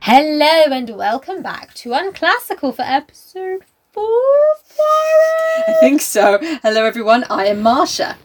Hello and welcome back to Unclassical for episode four. Farah. I think so. Hello, everyone. I am Marsha.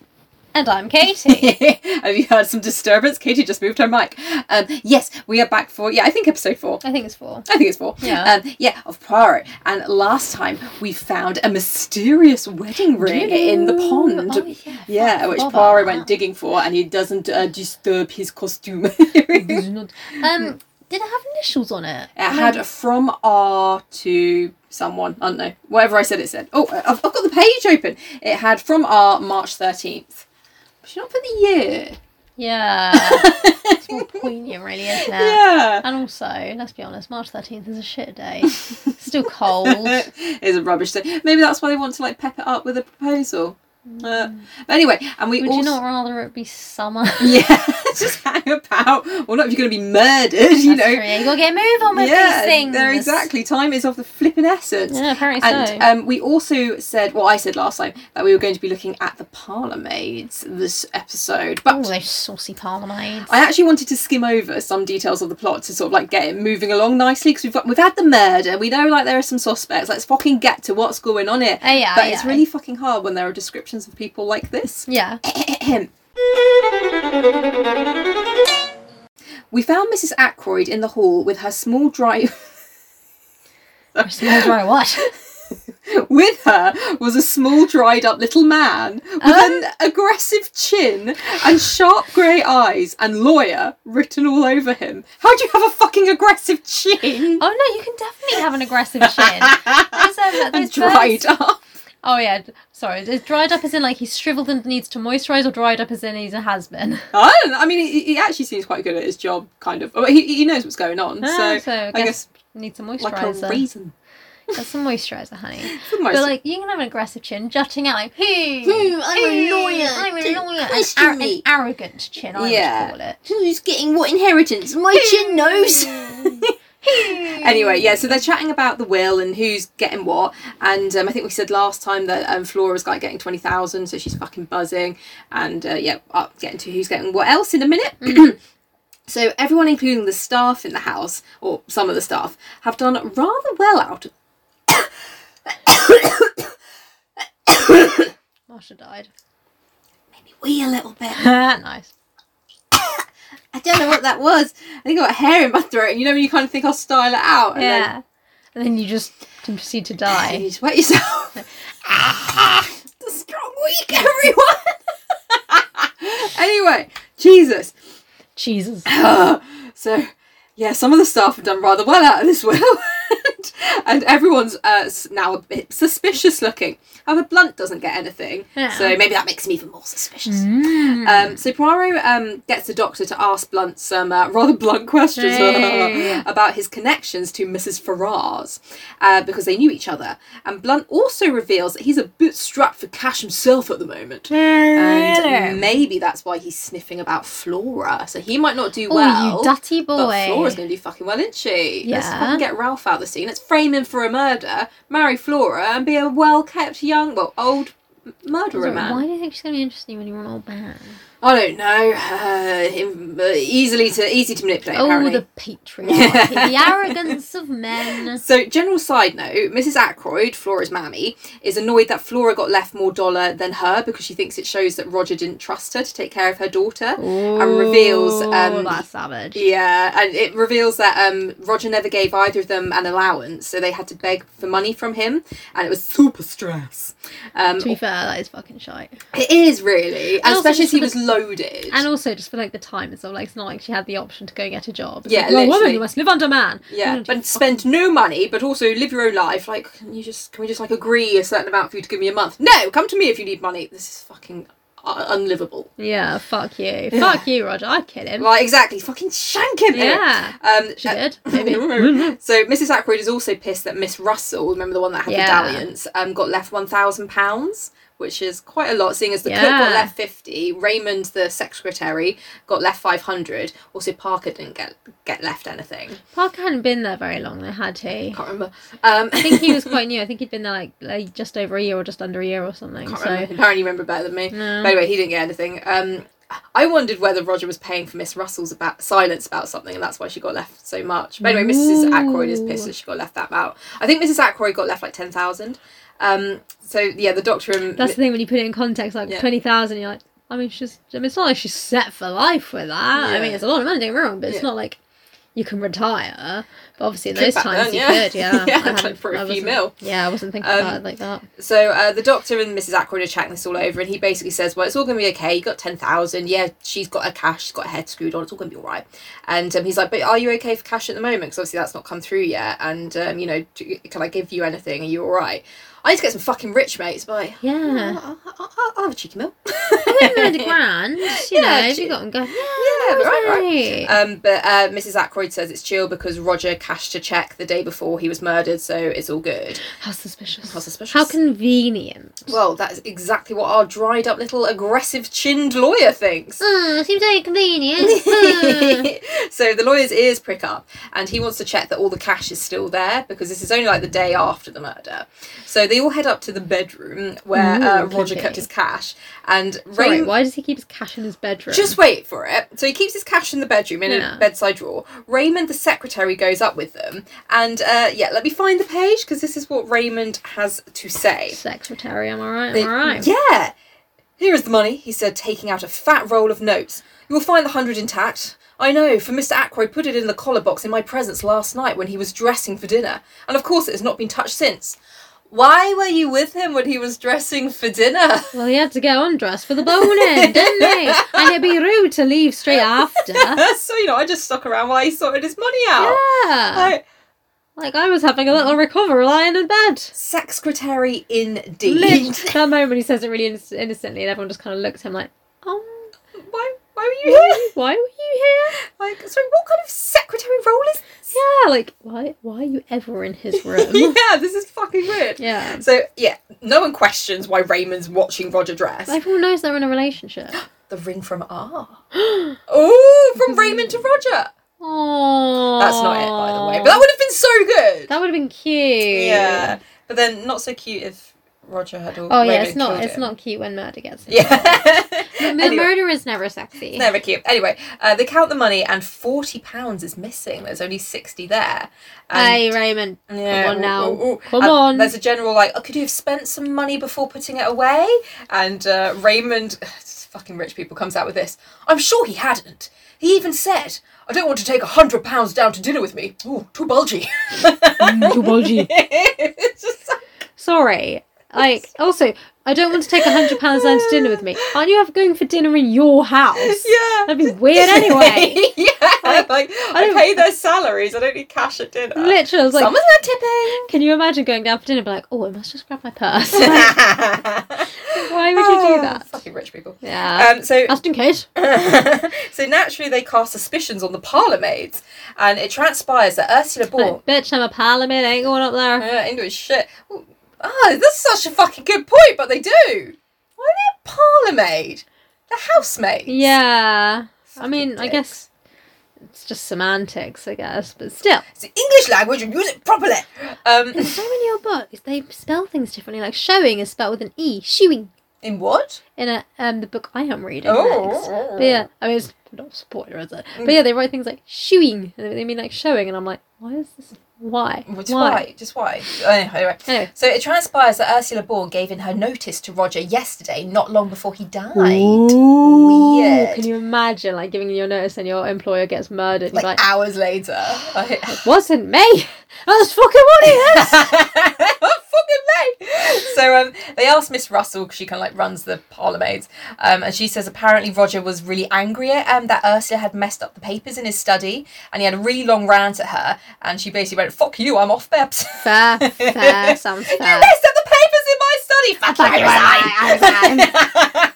And I'm Katie. Have you had some disturbance? Katie just moved her mic. Um, yes, we are back for yeah. I think episode four. I think it's four. I think it's four. Yeah. Um, yeah, of Poirot. And last time we found a mysterious wedding ring in the pond. Oh, yeah. Yeah, which Bother. Poirot went digging for, and he doesn't uh, disturb his costume. it um, did it have initials on it? had from R to someone. I don't know. Whatever I said, it said. Oh, I- I've, I've got the page open. It had from R March thirteenth. Should not put the year. Yeah. it's more poignant, really, isn't it? Yeah. And also, let's be honest, March 13th is a shit day. It's still cold. it's a rubbish thing. Maybe that's why they want to like pep it up with a proposal. Uh, but anyway, and we Hmm. Would also you not rather it be summer? yeah, just hang about. Well, not if you're going to be murdered, you That's know. true, yeah, you gotta get a move on with Yeah, these things. they're exactly. Time is of the flippin' essence. Yeah, apparently so. And um, we also said, well, I said last time that we were going to be looking at the parlour maids this episode, but Oh, those saucy parlour maids. I actually wanted to skim over some details of the plot to sort of like get it moving along nicely because we've got, we've had the murder. We know like there are some suspects. Let's fucking get to what's going on here. Aye, aye, but it's aye. really fucking hard when there are descriptions of people like this. Yeah. we found Mrs. Ackroyd in the hall with her small dry. Or small dry what? with her was a small, dried up little man with Um. an aggressive chin and sharp grey eyes and lawyer written all over him. How do you have a fucking aggressive chin? Oh no, you can definitely have an aggressive chin. Those, um, and those dried birds- up. Oh yeah, d- sorry. Is dried up as in like he's shriveled and needs to moisturise, or dried up as in he's a has been? I don't know. I mean, he, he actually seems quite good at his job, kind of. Oh, He, he knows what's going on, Ah, so, so I guess guess, Needs some like moisturiser. a reason. Get some moisturiser, honey. For the most- But like you can have an aggressive chin, jutting out like, "Hey, Hmm, I'm a hey, lawyer, I'm a don't lawyer." An, question ar- an me. arrogant chin, I would Yeah. call it. who's getting what inheritance? My chin knows. anyway, yeah, so they're chatting about the will and who's getting what. And um, I think we said last time that um, Flora's like getting 20,000, so she's fucking buzzing. And uh, yeah, I'll get into who's getting what else in a minute. So everyone, including the staff in the house, or some of the staff, have done rather well out of Marsha died. we a little bit. nice. I don't know what that was. I think I got hair in my throat, and you know when you kind of think I'll style it out, and then Yeah. And then you just proceed to And die. you just wet yourself. the strong weak, everyone. anyway, Jesus. Jesus. So, yeah, some of the staff have done rather well out of this will. and, and everyone's uh, s- now a bit suspicious looking. However, Blunt doesn't get anything. Yeah. Mm. So maybe that makes him even more suspicious. Um, so Poirot um, gets the doctor to ask Blunt some uh, rather blunt questions Hey. about his connections to Mrs. Ferrars uh, because they knew each other. And Blunt also reveals that he's a bit strapped for cash himself at the moment. And maybe that's why he's sniffing about Flora. So he might not do Oh, well. you dutty But Flora's boy. going to do fucking well, isn't she? Let's Yeah. fucking get Ralph out of the scene. Let's frame him for a murder, marry Flora, and be a well kept young, well, old m- murderer man. Why do you think she's going to be interesting when you're an old man? I don't know. Uh, him, uh, easily to easy to manipulate. Oh, apparently. the patriarchy, the arrogance of men. So, general side note, Mrs. Ackroyd, Flora's mammy, is annoyed that Flora got left more dollar than her because she thinks it shows that Roger didn't trust her to take care of her daughter. and reveals, um, that Oh, savage. Yeah, and it reveals that um, Roger never gave either of them an allowance, so they had to beg for money from him, and it was super stress. Um, To be fair, that is fucking shite. it is really, and And also especially as just he for was loaded. And also, just for like the time as well, like it's not like she had the option to go get a job. It's Yeah, like, you're a woman, literally. you must live under man. Yeah, You don't but spend no money, but also live your own life. Like, can you just can we just like agree a certain amount for you to give me a month? No, come to me if you need money. This is fucking uh, unlivable. do- yeah, fuck you, Yeah. fuck you, Roger. I'd kill him. Like exactly, fucking shank him. Anyway, Yeah. Um, She uh, did, maybe. Mm-hmm. so Mrs. Ackroyd is also pissed that Miss Russell, remember the one that had Yeah. the dalliance, um, got left one thousand pounds, which is quite a lot, seeing as the cook Yeah. got left fifty, Raymond the secretary got left five hundred. Also Parker didn't get get left anything. Parker hadn't been there very long, though, had he? Can't remember. Um, I think he was quite new. I think he'd been there like, like just over a year or just under a year or something. can't so remember. Apparently, you remember better than me. No. But anyway, he didn't get anything. Um, I wondered whether Roger was paying for Miss Russell's about silence about something, and that's why she got left so much. But anyway, Mrs. Ackroyd is pissed that she got left that out. I think Mrs. Ackroyd got left like ten thousand. Um, so yeah, the doctor and That's the thing when you put it in context, like Yeah. twenty thousand. You're like, I mean, she's. I mean, it's not like she's set for life with that. I mean, Yeah. it's a lot of money. Don't get me wrong, but it's Yeah. not like you can retire. But obviously, in Could those back times then, you yeah. could. Yeah, Yeah, I it's like hadn't- for a I few wasn't- mil. Yeah, I wasn't thinking Um, about it like that. So uh, the doctor and Mrs. Ackroyd are chatting this all over, and he basically says, "Well, it's all going to be okay. You got ten thousand. Yeah, she's got her cash. She's got her head screwed on. It's all going to be all right." And um, he's like, "But are you okay for cash at the moment? Because obviously that's not come through yet. And um, you know, do, can I give you anything? Are you all right? I need to get some fucking rich mates, but Yeah, I'll, I'll, I'll, I'll have a cheeky meal. I wouldn't mind a grand. You Yeah, know, if she- you got and go. Yeah, Yeah, right, right. Um, but uh, Mrs. Ackroyd says it's chill because Roger cashed a check the day before he was murdered, so it's all good. How suspicious. How suspicious. How convenient. Well, that's exactly what our dried up little aggressive chinned lawyer thinks. Mm, seems very convenient. Mm. so the lawyer's ears prick up and he wants to check that all the cash is still there because this is only like the day after the murder. So they all head up to the bedroom where Ooh, uh, Roger kinky. kept his cash and Sorry, Rain. why does he keep his cash in his bedroom? Just wait for it. So he keeps his cash in the bedroom in Yeah. a bedside drawer. Raymond, the secretary, goes up with them. And uh, yeah, let me find the page because this is what Raymond has to say. secretary. Am I right? Am They- I right? Yeah. Here is the money, he said, taking out a fat roll of notes. You will find the hundred intact. I know, for Mr. Ackroyd put it in the collar box in my presence last night when he was dressing for dinner, and of course it has not been touched since. Why were you with him when he was dressing for dinner? Well, he had to get undressed for the boning, didn't he? And it'd be rude to leave straight after. Yeah. so, you know, I just stuck around while he sorted his money out. I- Like I was having a little recovery lying in bed. secretary indeed. Lit. that moment he says it really inno- innocently, and everyone just kind of looks at him like, "Oh, why, why were you here? why were you here? Like, sorry, what kind of secretary role is this? Yeah, like why? Why are you ever in his room? yeah, this is fucking weird. yeah." So yeah, no one questions why Raymond's watching Roger dress. Everyone knows they're in a relationship. the ring from R. oh, from Raymond to Roger. Oh, That's not it, by the way. But that would have been so good. that would have been cute. Yeah, but then not so cute if Roger had all. Oh yeah, Raymond it's not. killed It's him. not cute when murder gets. it. Yeah. The Anyway. murder is never sexy. Never cute. Anyway, uh, they count the money and forty pounds is missing. There's only sixty there. And- Hey Raymond, Yeah, Come on ooh, now. ooh, ooh. Come And on. There's a general like, oh, could you have spent some money before putting it away? And uh, Raymond, fucking rich people, comes out with this. I'm sure he hadn't. He even said, I don't want to take a hundred pounds down to dinner with me. Ooh, too bulgy. Mm, too bulgy. it's just so- Sorry. Like, also, I don't want to take a hundred pounds down to dinner with me. Aren't you ever going for dinner in your house? yeah. That'd be weird anyway. yeah, like, I, don't- pay their salaries. I don't need cash at dinner. Literally, I was like, Someone's not tipping. can you imagine going down for dinner and be like, oh, I must just grab my purse? Like, why would you do Oh, that? Fucking rich people. Yeah. Um, so Just in case. so naturally, they cast suspicions on the parlour maids, and it transpires that Ursula Bourne. Like, bitch, I'm a parliament, I ain't going up there. Uh, into his shit. Ooh, Ah, that's such a fucking good point, but they do. Why are they a parlour maid? They're housemaids. Yeah. I Fucking mean, I dicks. guess it's just semantics, I guess, but still. It's the English language and use it properly. Um, There's so many old books, they spell things differently. Like, showing is spelled with an E, shooing. in what? in a, um, the book I am reading next. Oh, But yeah, I mean, it's not a spoiler, is it? Mm. But yeah, they write things like shooing, and they mean like showing, and I'm like, why is this? Why? Just why? Just why? Anyway. Anyway. So it transpires that Ursula Bourne gave in her notice to Roger yesterday, not long before he died. Weird. Can you imagine like giving your notice and your employer gets murdered? Like, ah. You're like, hours later. Like- it wasn't me. I was fucking wanting it. fucking late. So um, they asked Miss Russell because she kind of like runs the parlour maids, um, and she says apparently Roger was really angry at um, that Ursula had messed up the papers in his study, and he had a really long rant at her, and she basically went, "Fuck you, I'm off, Bebs." fair, fair, sounds you fair. messed up the papers in my study. Fuck you, Fucking I resign. Excellent.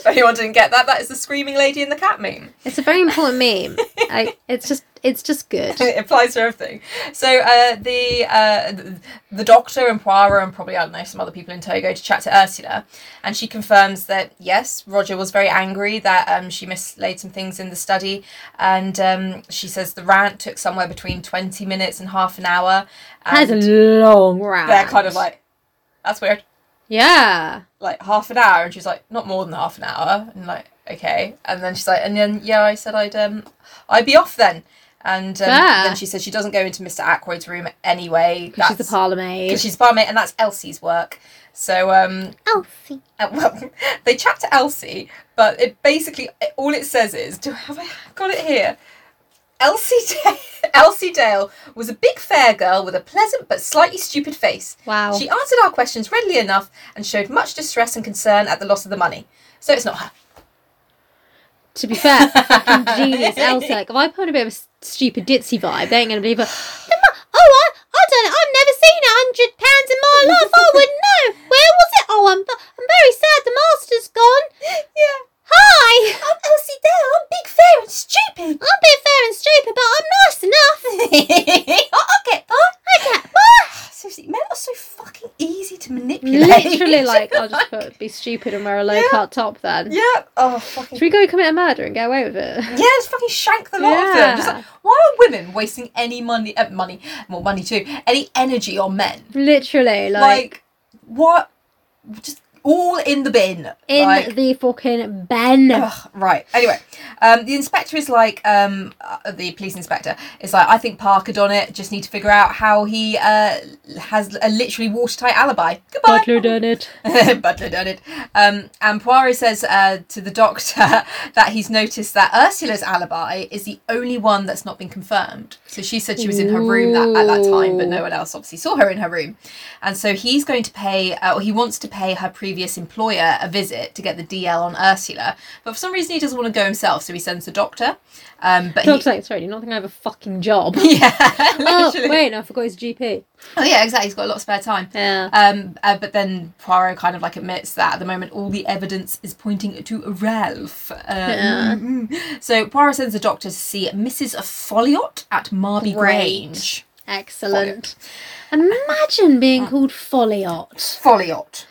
If anyone didn't get that, that is the screaming lady and the cat meme. It's a very important meme. I, it's just, it's just good. it applies to everything. So uh, the uh, th- the doctor and Poirot and probably I don't know some other people in Togo to chat to Ursula, and she confirms that yes, Roger was very angry that um, she mislaid some things in the study, and um, she says the rant took somewhere between twenty minutes and half an hour. Has a and long round. they're kind of like, that's weird, yeah. like half an hour, and she's like, not more than half an hour, and like okay. And then she's like, and then yeah, I said I'd um, I'd be off then. And um, Ah. then she said she doesn't go into Mr. Ackroyd's room anyway. Because she's the That's- parlourmaid. 'cause she's barmaid, and that's Elsie's work. So um, Elsie. uh, well, they chat to Elsie, but it basically it- all it says is, "Do have I got it here?" Elsie Dale, Elsie Dale was a big fair girl with a pleasant but slightly stupid face. Wow. She answered our questions readily enough and showed much distress and concern at the loss of the money. So it's not her. To be fair, fucking genius, Elsie. Like, if I put a bit of a s- stupid ditzy vibe, they ain't gonna believe her. "Come on, Oh, I, I don't know. I've never seen a hundred pounds in my life. I wouldn't know. Where was it? Oh, I'm, I'm very sad. The master's gone. Yeah. Hi. I'm Elsie Dale. I'm big, fair, and stupid. I'm a bit fair and stupid, but I'm nice enough. I'll, I'll get that. Okay, bye. Oh, Seriously, men are so fucking easy to manipulate. Literally, like, I'll just put, be stupid and wear a low cut top then. yeah. Oh, fucking Should we go commit a murder and get away with it? Yeah, just fucking shank the lot of them. Just Yeah. like, why are women wasting any money, uh, money, well, money too, any energy on men? Literally, like, Like, what? Just all in the bin. in like, the fucking Ben. ugh, right. Anyway, um, the inspector is like, um, uh, the police inspector is like, I think Parker done it. Just need to figure out how he uh, has a literally watertight alibi. Goodbye. Butler done it. Butler done it. Um, and Poirot says uh, to the doctor that he's noticed that Ursula's alibi is the only one that's not been confirmed. So she said she was in her room that, at that time, but no one else obviously saw her in her room. And so he's going to pay, uh, or he wants to pay her previous employer a visit to get the DL on Ursula. But for some reason, he doesn't want to go himself, so he sends the doctor. Um, but Doc's like, sorry, you not think I have a fucking job. he, yeah, oh, literally. wait, no, I forgot his GP. oh yeah, exactly. He's got a lot of spare time. Yeah. Um, uh, but then Poirot kind of like admits that at the moment all the evidence is pointing to Ralph. Um, Yeah. So Poirot sends the doctor to see Mrs. Folliot at Great. Marby Grange. Excellent. Imagine being Ah. called Folliot. Folliot.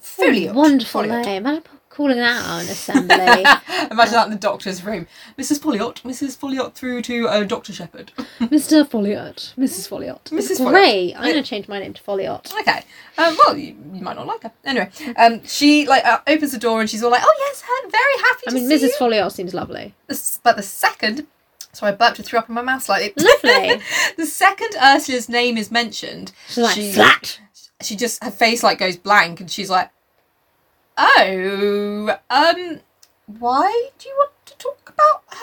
Folliot. Wonderful Folliot. name. Imagine calling that out an assembly. Imagine that in the doctor's room. Mrs. Folliot, Mrs. Folliot through to uh, Dr. Shepherd. Mr. Folliot. Mrs. Folliot. Mrs. Folliot. Great. I'm going to change my name to Folliot. Okay. Um, well, you, you might not like her. Anyway, um, she like uh, opens the door and she's all like, "Oh yes, I'm very happy." I to mean, see you." Mrs. Folliot seems lovely. The s- but the second so I burped and threw up in my mouth slightly. Lovely. the second Ursula's name is mentioned, She's like, she flat. she just her face like goes blank and she's like, "Oh, um, why do you want to talk about her?"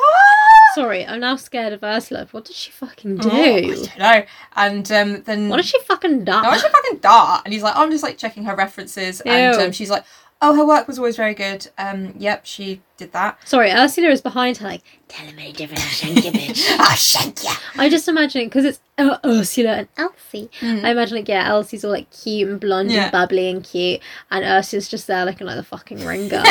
Sorry, I'm now scared of Ursula. What did she fucking Oh, I do? don't know. And um, then What did she fucking do? no, she fucking dart. And he's like, I'm just like checking her references, and Ew. um, she's like, oh, her work was always very good. Um, yep, she did that. Sorry, Ursula is behind her, like, tell him any different, I'll shank you, bitch. Ah, shank ya. I just imagine it, because it's uh, Ursula and Elsie. Mm. I imagine, like, yeah, Elsie's all, like, cute and blonde Yeah. and bubbly and cute, and Ursula's just there looking like the fucking ring girl.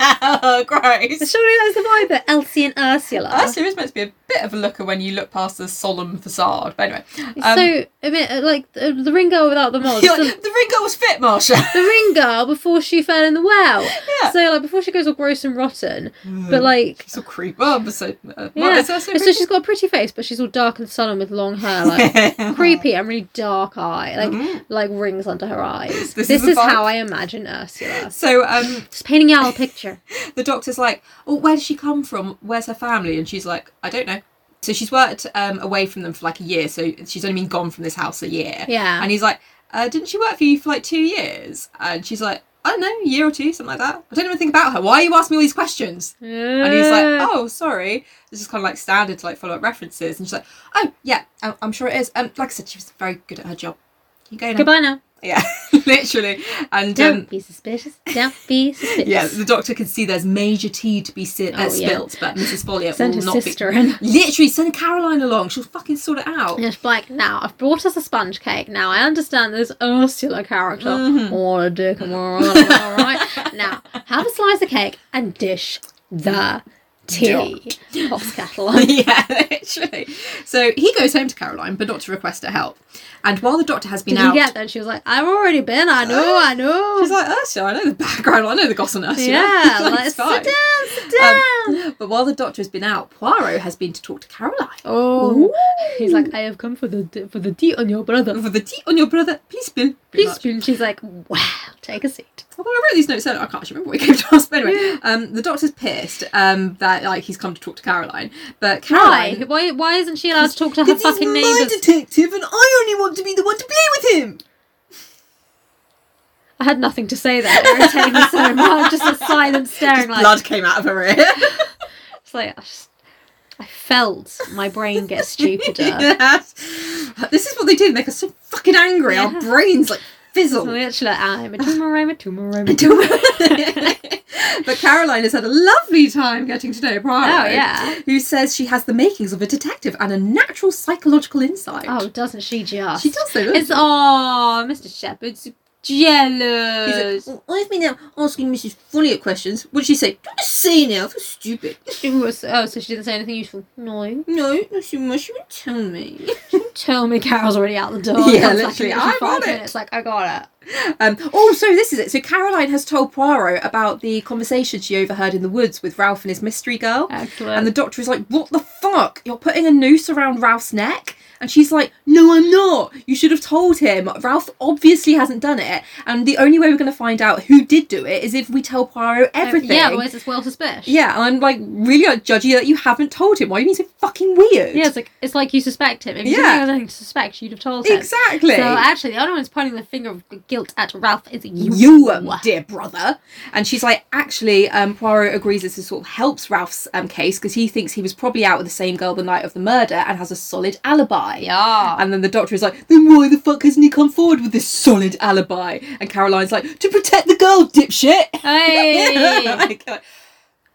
oh, gross. Surely that's the vibe that Elsie and Ursula. Ursula is meant to be a bit of a looker when you look past the solemn facade. But anyway, um, so, I mean, uh, like, the, the ring girl without the mods. you're the- like, the ring girl was fit, Marsha. the ring girl before she fell in the well. Yeah. Mm. So, like, before she goes all gross and rotten, but, like, She's a creep. Oh, but so, uh, well, yeah. is that so so she's got a pretty face, but she's all dark and sullen with long hair, like, creepy? creepy and really dark eye, like Mhm. like rings under her eyes. This This, is is, the vibe. how I imagine Ursula. so um, Just painting out a picture. the doctor's like, "Oh, where does she come from? Where's her family?" And she's like, "I don't know." So she's worked um, away from them for like a year. So she's only been gone from this house a year. Yeah. And he's like, uh, "Didn't she work for you for like two years?" And she's like, "I don't know, a year or two, something like that. I don't know anything about her. Why are you asking me all these questions?" And he's like, Uh, "Oh, sorry. This is kind of like standard to like follow up references." And she's like, "Oh, yeah, I- I'm sure it is. Um, like I said, she was very good at her job. You go now." Goodbye now. Yeah, literally. And Don't um, be suspicious. Don't be suspicious. yeah, the doctor can see there's major tea to be si- uh, Oh, yeah. spilt, but Mrs. Folliot Send will her not sister be. in. Literally, send Caroline along. She'll fucking sort it out. And she's like, now I've brought us a sponge cake. Now I understand this Ursula character. All a dick and all right. Now have a slice of cake and dish the tea. Pops kettle. yeah, literally. So he goes home to Caroline, but not to request her help. And while the doctor has been Did out, you get that? She was like, I've already been. I know. I know. she's like, Ursula, I know the background. I know the gossip, Ursula. Yeah, Like, like, it's sit fine. down, sit down. Um, But while the doctor has been out, Poirot has been to talk to Caroline. oh, Ooh. he's like, I have come for the d- for the tea on your brother. For the tea on your brother, please spill. pretty Please, much. spoon. She's like, wow, take a seat. Although I wrote these notes down, I can't actually remember what he came to us. But anyway, um, the doctor's pissed um, that like he's come to talk to Caroline, but Why? Caroline. Why? Why isn't she allowed to talk to her fucking neighbours? detective, and I only want to be the one to play with him. I had nothing to say there. It irritated me so much. Just a silent staring. like, Blood came out of her ear. It's like I, just, I felt my brain get stupider. Yes. This is what they do. They make us so fucking angry. Yeah. Our brains like fizzle. So actually, like, I'm a tumor, I'm a tumor, I'm a tumor. but Caroline has had a lovely time getting to know Poirot. Oh, yeah. Who says she has the makings of a detective and a natural psychological insight. Oh, doesn't she just? She does though, doesn't It's oh, Mr. Shepherd's He's like, jealous. "Well, I've been now asking Mrs. Folliot questions. What did she say? Don't just say now. I feel stupid. She was oh, so she didn't say anything useful. No, No, no, she must. She won't tell me. tell me Carol's already out the door. Yeah, Comes back literally, in literally I'm on five it. minutes, Like I got it. Um, oh, so this is it. So Caroline has told Poirot about the conversation she overheard in the woods with Ralph and his mystery girl. Excellent. And the doctor is like, What the fuck? You're putting a noose around Ralph's neck? And she's like, No, I'm not. You should have told him. Ralph obviously hasn't done it. And the only way we're going to find out who did do it is if we tell Poirot everything. Yeah, otherwise it's well suspicious. Yeah, and I'm like really like, judgy that you haven't told him. Why are you being so fucking weird? Yeah, it's like it's like you suspect him. If you Yeah. didn't have anything to suspect, you'd have told him. exactly. So actually, the only one's pointing the finger of guilt at Ralph is you. um, you, um, dear brother. And she's like, actually, um, Poirot agrees this is sort of helps Ralph's um, case because he thinks he was probably out with the same girl the night of the murder and has a solid alibi. Yeah. And then the doctor is like, then why the fuck hasn't he come forward with this solid alibi? And Caroline's like, to protect the girl, dipshit. Hey. Like, uh,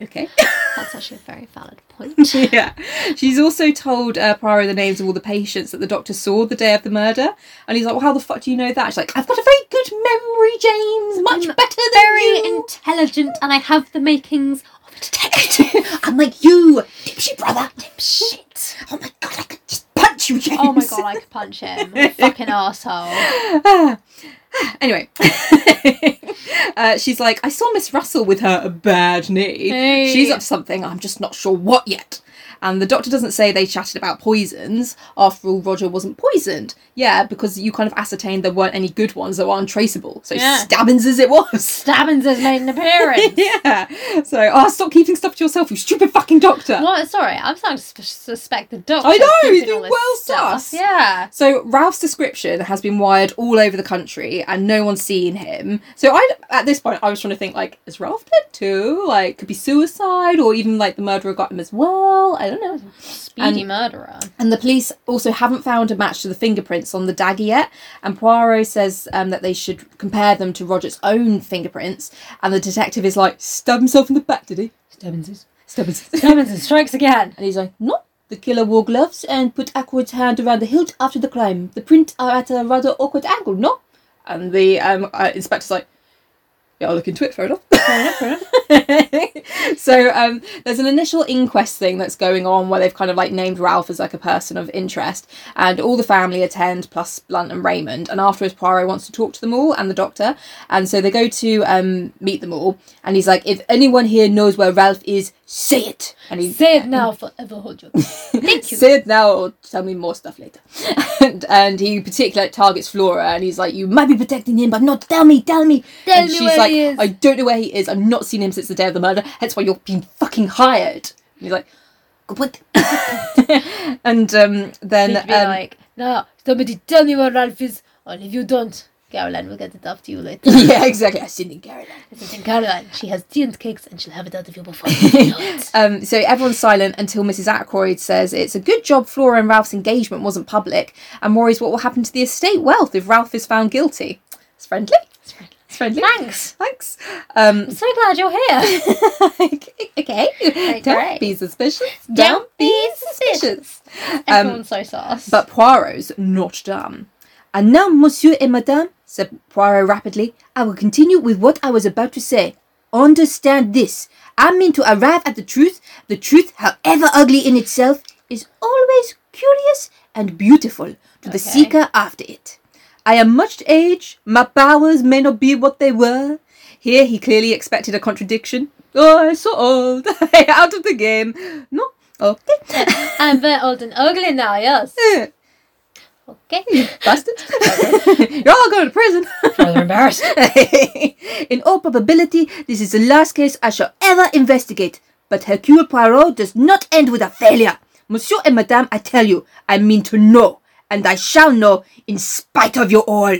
okay. That's actually a very valid point. yeah. She's also told uh, Poirot the names of all the patients that the doctor saw the day of the murder. And he's like, well, how the fuck do you know that? She's like, I've got a very good memory, James. Much I'm better than Very you. intelligent, and I have the makings of a detective. I'm like, you, dipshit brother. Shit. Oh my god, I could just punch you, James. Oh my god, I could punch him. What a Fucking asshole. Ah. anyway, uh, she's like, I saw Miss Russell with her bad knee. Hey. She's up to something. I'm just not sure what yet. And the doctor doesn't say they chatted about poisons. After all, Roger wasn't poisoned. Yeah, because you kind of ascertained there weren't any good ones that were untraceable. So Yeah. stabbings as it was. Stabbins has made an appearance. yeah. So, oh, stop keeping stuff to yourself, you stupid fucking doctor. What? Sorry, I'm starting to sus- suspect the doctor. I know, keeping he's been all this well stuff. sus. Yeah. So Ralph's description has been wired all over the country, and no one's seen him. So I, at this point, I was trying to think like, is Ralph dead too? Like, could be suicide, or even like the murderer got him as well. I don't know. Speedy murderer. And the police also haven't found a match to the fingerprints on the dagger yet. And Poirot says um, that they should compare them to Roger's own fingerprints. And the detective is like, stabbed himself in the back, did he? Stabbins. Stabbed himself. Stabbins strikes again. And he's like, no. The killer wore gloves and put Ackwood's hand around the hilt after the crime. The prints are at a rather awkward angle, no? And the um, uh, inspector's like, yeah, I'll look into it, fair enough. so um, there's an initial inquest thing that's going on where they've kind of like named Ralph as like a person of interest, and all the family attend, plus Blunt and Raymond. And afterwards, Poirot wants to talk to them all and the doctor, and so they go to um, meet them all. And he's like, if anyone here knows where Ralph is, say it. And he Say it now, forever hold your. Thank you. Say it now or tell me more stuff later. and, and he particularly targets Flora and he's like, You might be protecting him, but not tell me, tell me. Tell and me she's where like, he is. I don't know where he is. I've not seen him since the day of the murder. That's why you're being fucking hired. And he's like, Good point. and um, then. He'd be um, like, no, somebody tell me where Ralph is, or if you don't, Caroline will get it after you later. yeah, exactly. I've seen him, Caroline. It's in Caroline. She has tea and cakes, and she'll have it out of you before you know it. Um, so everyone's silent until Mrs. Ackroyd says it's a good job Flora and Ralph's engagement wasn't public, and worries what will happen to the estate wealth if Ralph is found guilty. It's friendly. It's friendly. friendly. Thanks. Thanks. Um, I'm so glad you're here. okay. Don't great. be suspicious. Don't be suspicious. Um, Everyone's so sauce. but Poirot's not done. And now, Monsieur et Madame, said Poirot rapidly, I will continue with what I was about to say. Understand this. I mean to arrive at the truth. The truth, however ugly in itself, is always curious and beautiful to the Okay. seeker after it. I am much to age. My powers may not be what they were. Here, he clearly expected a contradiction. Oh, I'm so old. Out of the game. No. Okay. Eh, I'm very old and ugly now, yes. Okay. Bastard. You're all going to prison. Rather embarrassed. In all probability, this is the last case I shall ever investigate. But Hercule Poirot does not end with a failure. Monsieur and Madame, I tell you, I mean to know, and I shall know in spite of you all.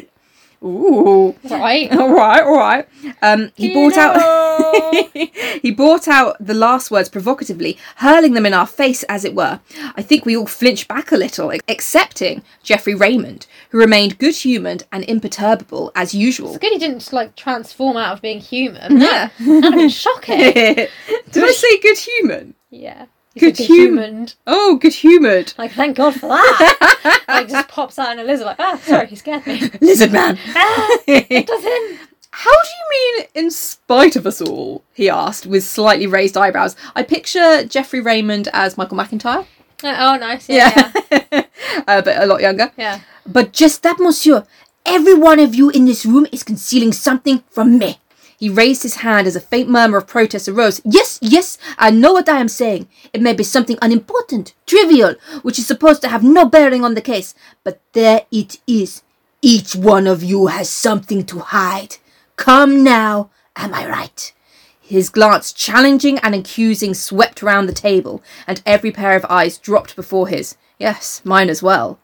Ooh. Right. All right, all right. Um, he brought out. he brought out the last words provocatively, hurling them in our face, as it were. I think we all flinched back a little, ex- excepting Geoffrey Raymond, who remained good-humoured and imperturbable as usual. It's good he didn't just, like transform out of being human. Yeah. That would have been shocking. Did I say good-humoured? Yeah. He's Good a good human. human. Oh, good-humoured. Like, thank God for that. like, just pops out in a lizard, like, ah, sorry, he scared me. Lizard man. Ah, How doesn't. do you mean in spite of us all? He asked with slightly raised eyebrows. I picture Geoffrey Raymond as Michael McIntyre. Oh, nice. Yeah. Yeah. uh, but a lot younger. yeah. But just that, monsieur. Every one of you in this room is concealing something from me. He raised his hand as a faint murmur of protest arose. Yes, yes, I know what I am saying. It may be something unimportant, trivial, which is supposed to have no bearing on the case, but there it is. Each one of you has something to hide. Come now, am I right? His glance, challenging and accusing, swept round the table, and every pair of eyes dropped before his. Yes, mine as well.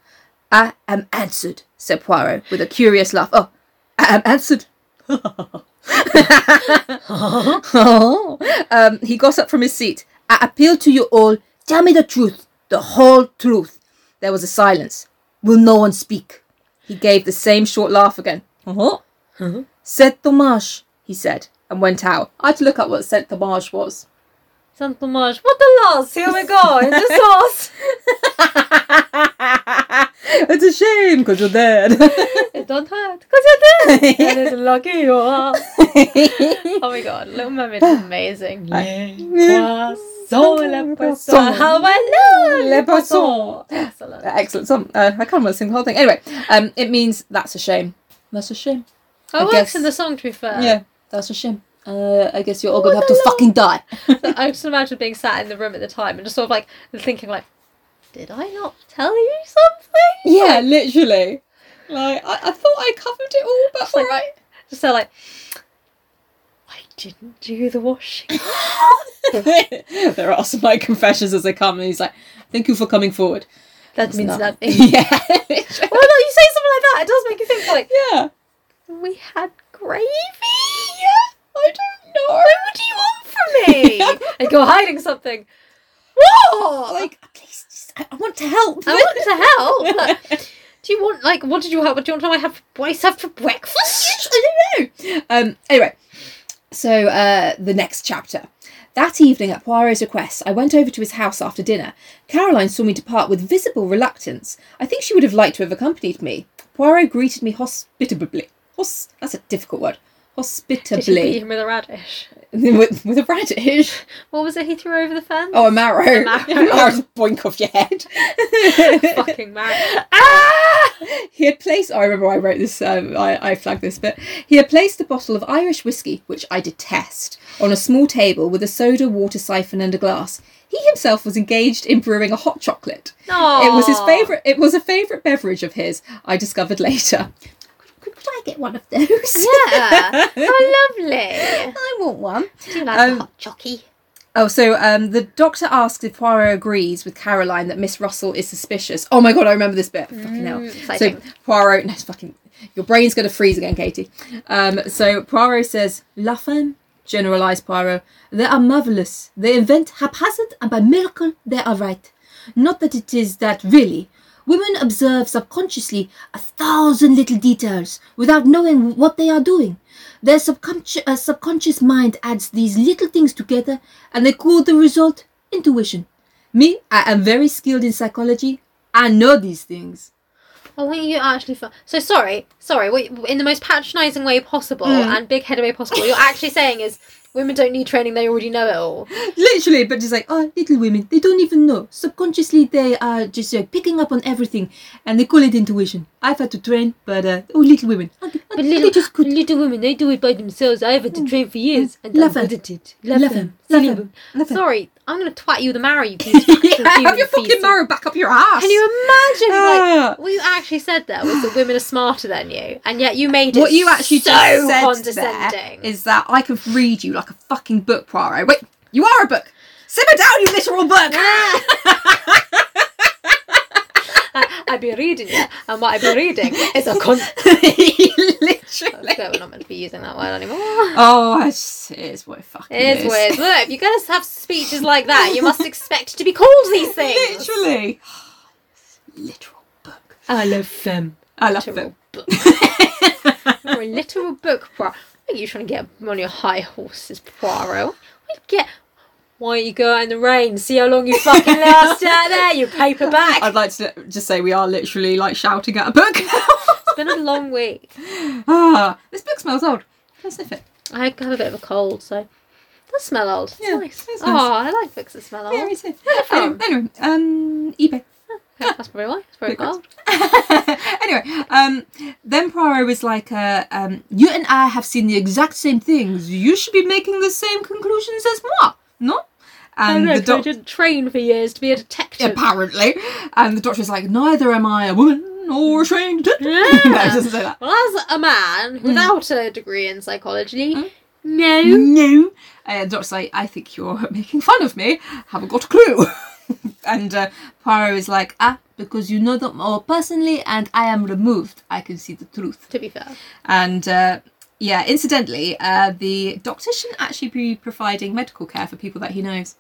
I am answered, said Poirot, with a curious laugh. Oh, I am answered. um, he got up from his seat. I appeal to you all. Tell me the truth, the whole truth. There was a silence. Will no one speak? He gave the same short laugh again. Uh-huh. Saint Dommage, he said, and went out. I had to look up what Saint Dommage was. Saint Dommage. What the loss? Here we go. It's the sauce. it's a shame because you're dead. It don't hurt because you're dead. That is lucky you are. oh my god, Little Mermaid is amazing. Les poissons, Oh, les poissons, how I love Les les poissons. Excellent. Excellent song. Uh, I can't remember to sing the whole thing. Anyway, um, it means that's a shame. That's a shame. That works guess- in the song, to be fair. Yeah, that's a shame. Uh, I guess you're all gonna have to fucking die. But I just imagine being sat in the room at the time and just sort of like thinking like, did I not tell you something? yeah, literally. Like I, I thought I covered it all, but like- alright. Just so like, I didn't do the washing. there are some like confessions as they come, and he's like, "Thank you for coming forward." That means No. nothing. yeah, Why not you say something like that? It does make you think like yeah. we had gravy. I don't know. What do you want from me? I go hiding something. What? Like, please, just, I, I want to help. I want to help. Like, do you want like what did you have? What do you want to know I have what I have for breakfast? I don't know. Um, anyway, so uh, the next chapter. That evening, at Poirot's request, I went over to his house after dinner. Caroline saw me depart with visible reluctance. I think she would have liked to have accompanied me. Poirot greeted me hospitably. Hos- that's a difficult word. Did you beat Hospitably. him with a radish? with, with a radish. What was it he threw over the fence? Oh, a marrow. A marrow. Marrow just boink off your head. fucking marrow. Ah! He had placed. I remember I wrote this. Um, I, I flagged this, but he had placed a bottle of Irish whiskey, which I detest, on a small table with a soda, water siphon, and a glass. He himself was engaged in brewing a hot chocolate. Aw. It was his favorite. It was a favorite beverage of his. I discovered later. Could, could, could I get one of those? Yeah. How lovely. I want one. Do you like Um, the hot jockey? Oh, so um, the doctor asks if Poirot agrees with Caroline that Miss Russell is suspicious. Oh my god, I remember this bit. Fucking Mm, hell. So exciting. Poirot, no, it's fucking, your brain's going to freeze again, Katie. Um, so Poirot says, La femme, generalised Poirot, they are marvellous. They invent haphazard, and by miracle, they are right. Not that it is that really. Women observe subconsciously a thousand little details without knowing what they are doing. Their subconscious, uh, subconscious mind adds these little things together and they call the result intuition. Me, I am very skilled in psychology. I know these things. Oh, when you actually fi- so sorry, sorry. What, in the most patronising way possible and big headed way possible, you're actually saying is Women don't need training, they already know it all. Literally, but it's like, oh, little women, they don't even know. Subconsciously, they are just uh, picking up on everything, and they call it intuition. I've had to train, but uh, oh, little women, I, I, But they little, just could. Mm. little women, they do it by themselves. I have had to train for years and Love I'm them. good at it. Love, Love them. them. Silly Love them. women. Love them. Sorry, I'm going to twat you with a marrow, you piece of fucking Have human your fucking feces. marrow back up your ass. Can you imagine? Ah. Like, what you actually said there was that women are smarter than you, and yet you made it what you actually so just said condescending. There is that I can read you like a fucking book, Poirot. Wait, you are a book. Simmer down, you literal book. I, I'd be reading it, and what I'd be reading is a con. Literally. so we're not meant to be using that word anymore. Oh, I just- it is what it fucking It is weird. Look, if you're gonna have speeches like that, you must expect to be called these things. Literally. Literal book. I love femme. I love Literal them. book. You're a literal book, Poirot. What are you trying to get on your high horses, Poirot? We get. Why don't you go out in the rain? See how long you fucking last out there, you paperback. I'd like to just say we are literally like shouting at a book. It's been a long week. ah, this book smells old. Can I sniff it? I have a bit of a cold, so it does smell old. It's Yeah, nice. it smells Oh, I like books that smell old. Yeah, me too. it from? Anyway, anyway, um, eBay. Okay, that's probably why. It's very Good cold. anyway, um, then Poirot was like, uh, um, "You and I have seen the exact same things. You should be making the same conclusions as moi, no?" And And I the doc- didn't train for years to be a detective. apparently, and the doctor's like, "Neither am I a woman nor a trained." detective." no, it doesn't say that. Well, as a man Hmm. without a degree in psychology, Mm. no. No. Uh, the doctor's like, I think you're making fun of me. Haven't got a clue. and uh, Poirot is like, ah, because you know them all personally and I am removed. I can see the truth. To be fair, And uh, yeah, incidentally, uh, the doctor shouldn't actually be providing medical care for people that he knows.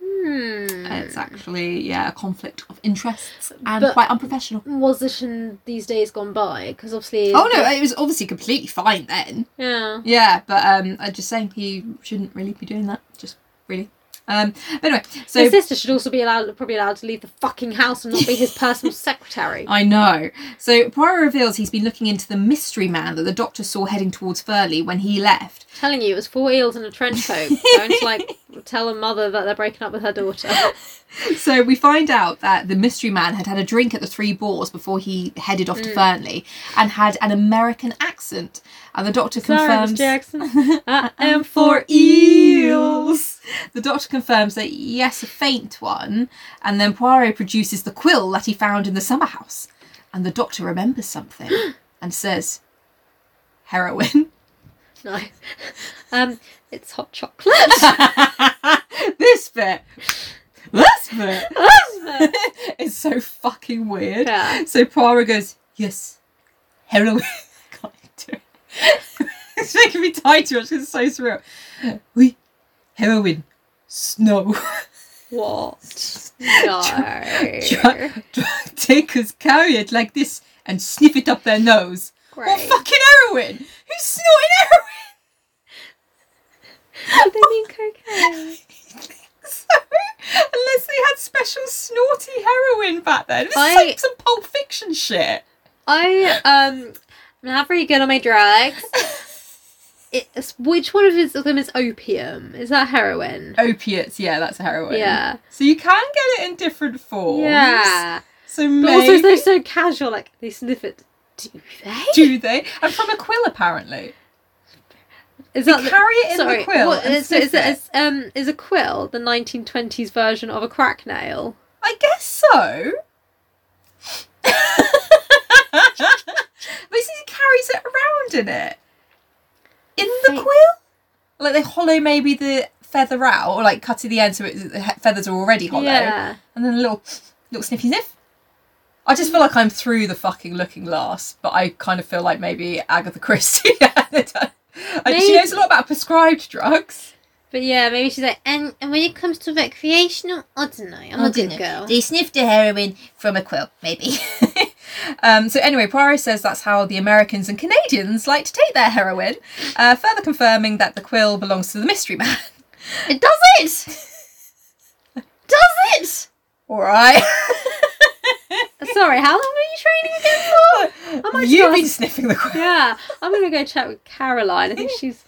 Uh, hmm. It's actually, yeah, a conflict of interests and But- quite unprofessional. was it in these days gone by? Because obviously, Oh no, it was obviously completely fine then. yeah. Yeah, but um, I'm just saying he shouldn't really be doing that. Just really. Um, but anyway, so His sister should also be allowed, probably allowed to leave the fucking house and not be his personal secretary. I know. So Poirot reveals he's been looking into the mystery man that the doctor saw heading towards Furley when he left. telling you, it was four eels and a trench coat. Going to like tell a mother that they're breaking up with her daughter. So we find out that the mystery man had had a drink at the Three Boars before he headed off to Fernley and had an American accent. And the doctor Sorry, Miss confirms Jackson. I am for for eels. eels. The doctor confirms that yes, a faint one. And then Poirot produces the quill that he found in the summer house. And the doctor remembers something and says, heroin. No. Um, it's hot chocolate. this bit. This bit. it's so fucking weird. Yeah. So Poirot goes, Yes, heroin. I can't do it. it's making me tired to it because it's so surreal. We, heroin, snow. What? No. Drug drug takers carry it like this and sniff it up their nose. Or Great. fucking heroin? Who's snorting heroin? Did they mean cocaine? So, unless they had special snorty heroin back then, this I- is like some Pulp Fiction shit. I um, I'm not very good on my drugs. It's, which one of his- of them is opium? Is that heroin? Opiates, yeah, that's heroin. Yeah. So you can get it in different forms. Yeah. So But maybe also, they're so casual. Like they sniff it. Do they? do they? And from a quill, apparently. Is They that the- carry it in sorry, the quill. What, and is, is, sniff it. is, um, is a quill the 1920s version of a crack nail? I guess so. but see, he carries it around in it. In the Right. quill? Like they hollow maybe the feather out or like cutting the end so it, the he- feathers are already hollow. Yeah. And then a little, little sniffy sniff. I just feel like I'm through the fucking looking glass, but I kind of feel like maybe Agatha Christie. I, she knows a lot about prescribed drugs. But yeah, maybe she's like, and, and when it comes to recreational, I don't know. I'm a good girl. They sniffed the heroin from a quill, maybe. um, so anyway, Poirot says that's how the Americans and Canadians like to take their heroin, uh, further confirming that the quill belongs to the mystery man. It does it! does All right. it! Sorry, how long were you training again? You've just- been sniffing the quill. Yeah, I'm gonna go chat with Caroline. I think she's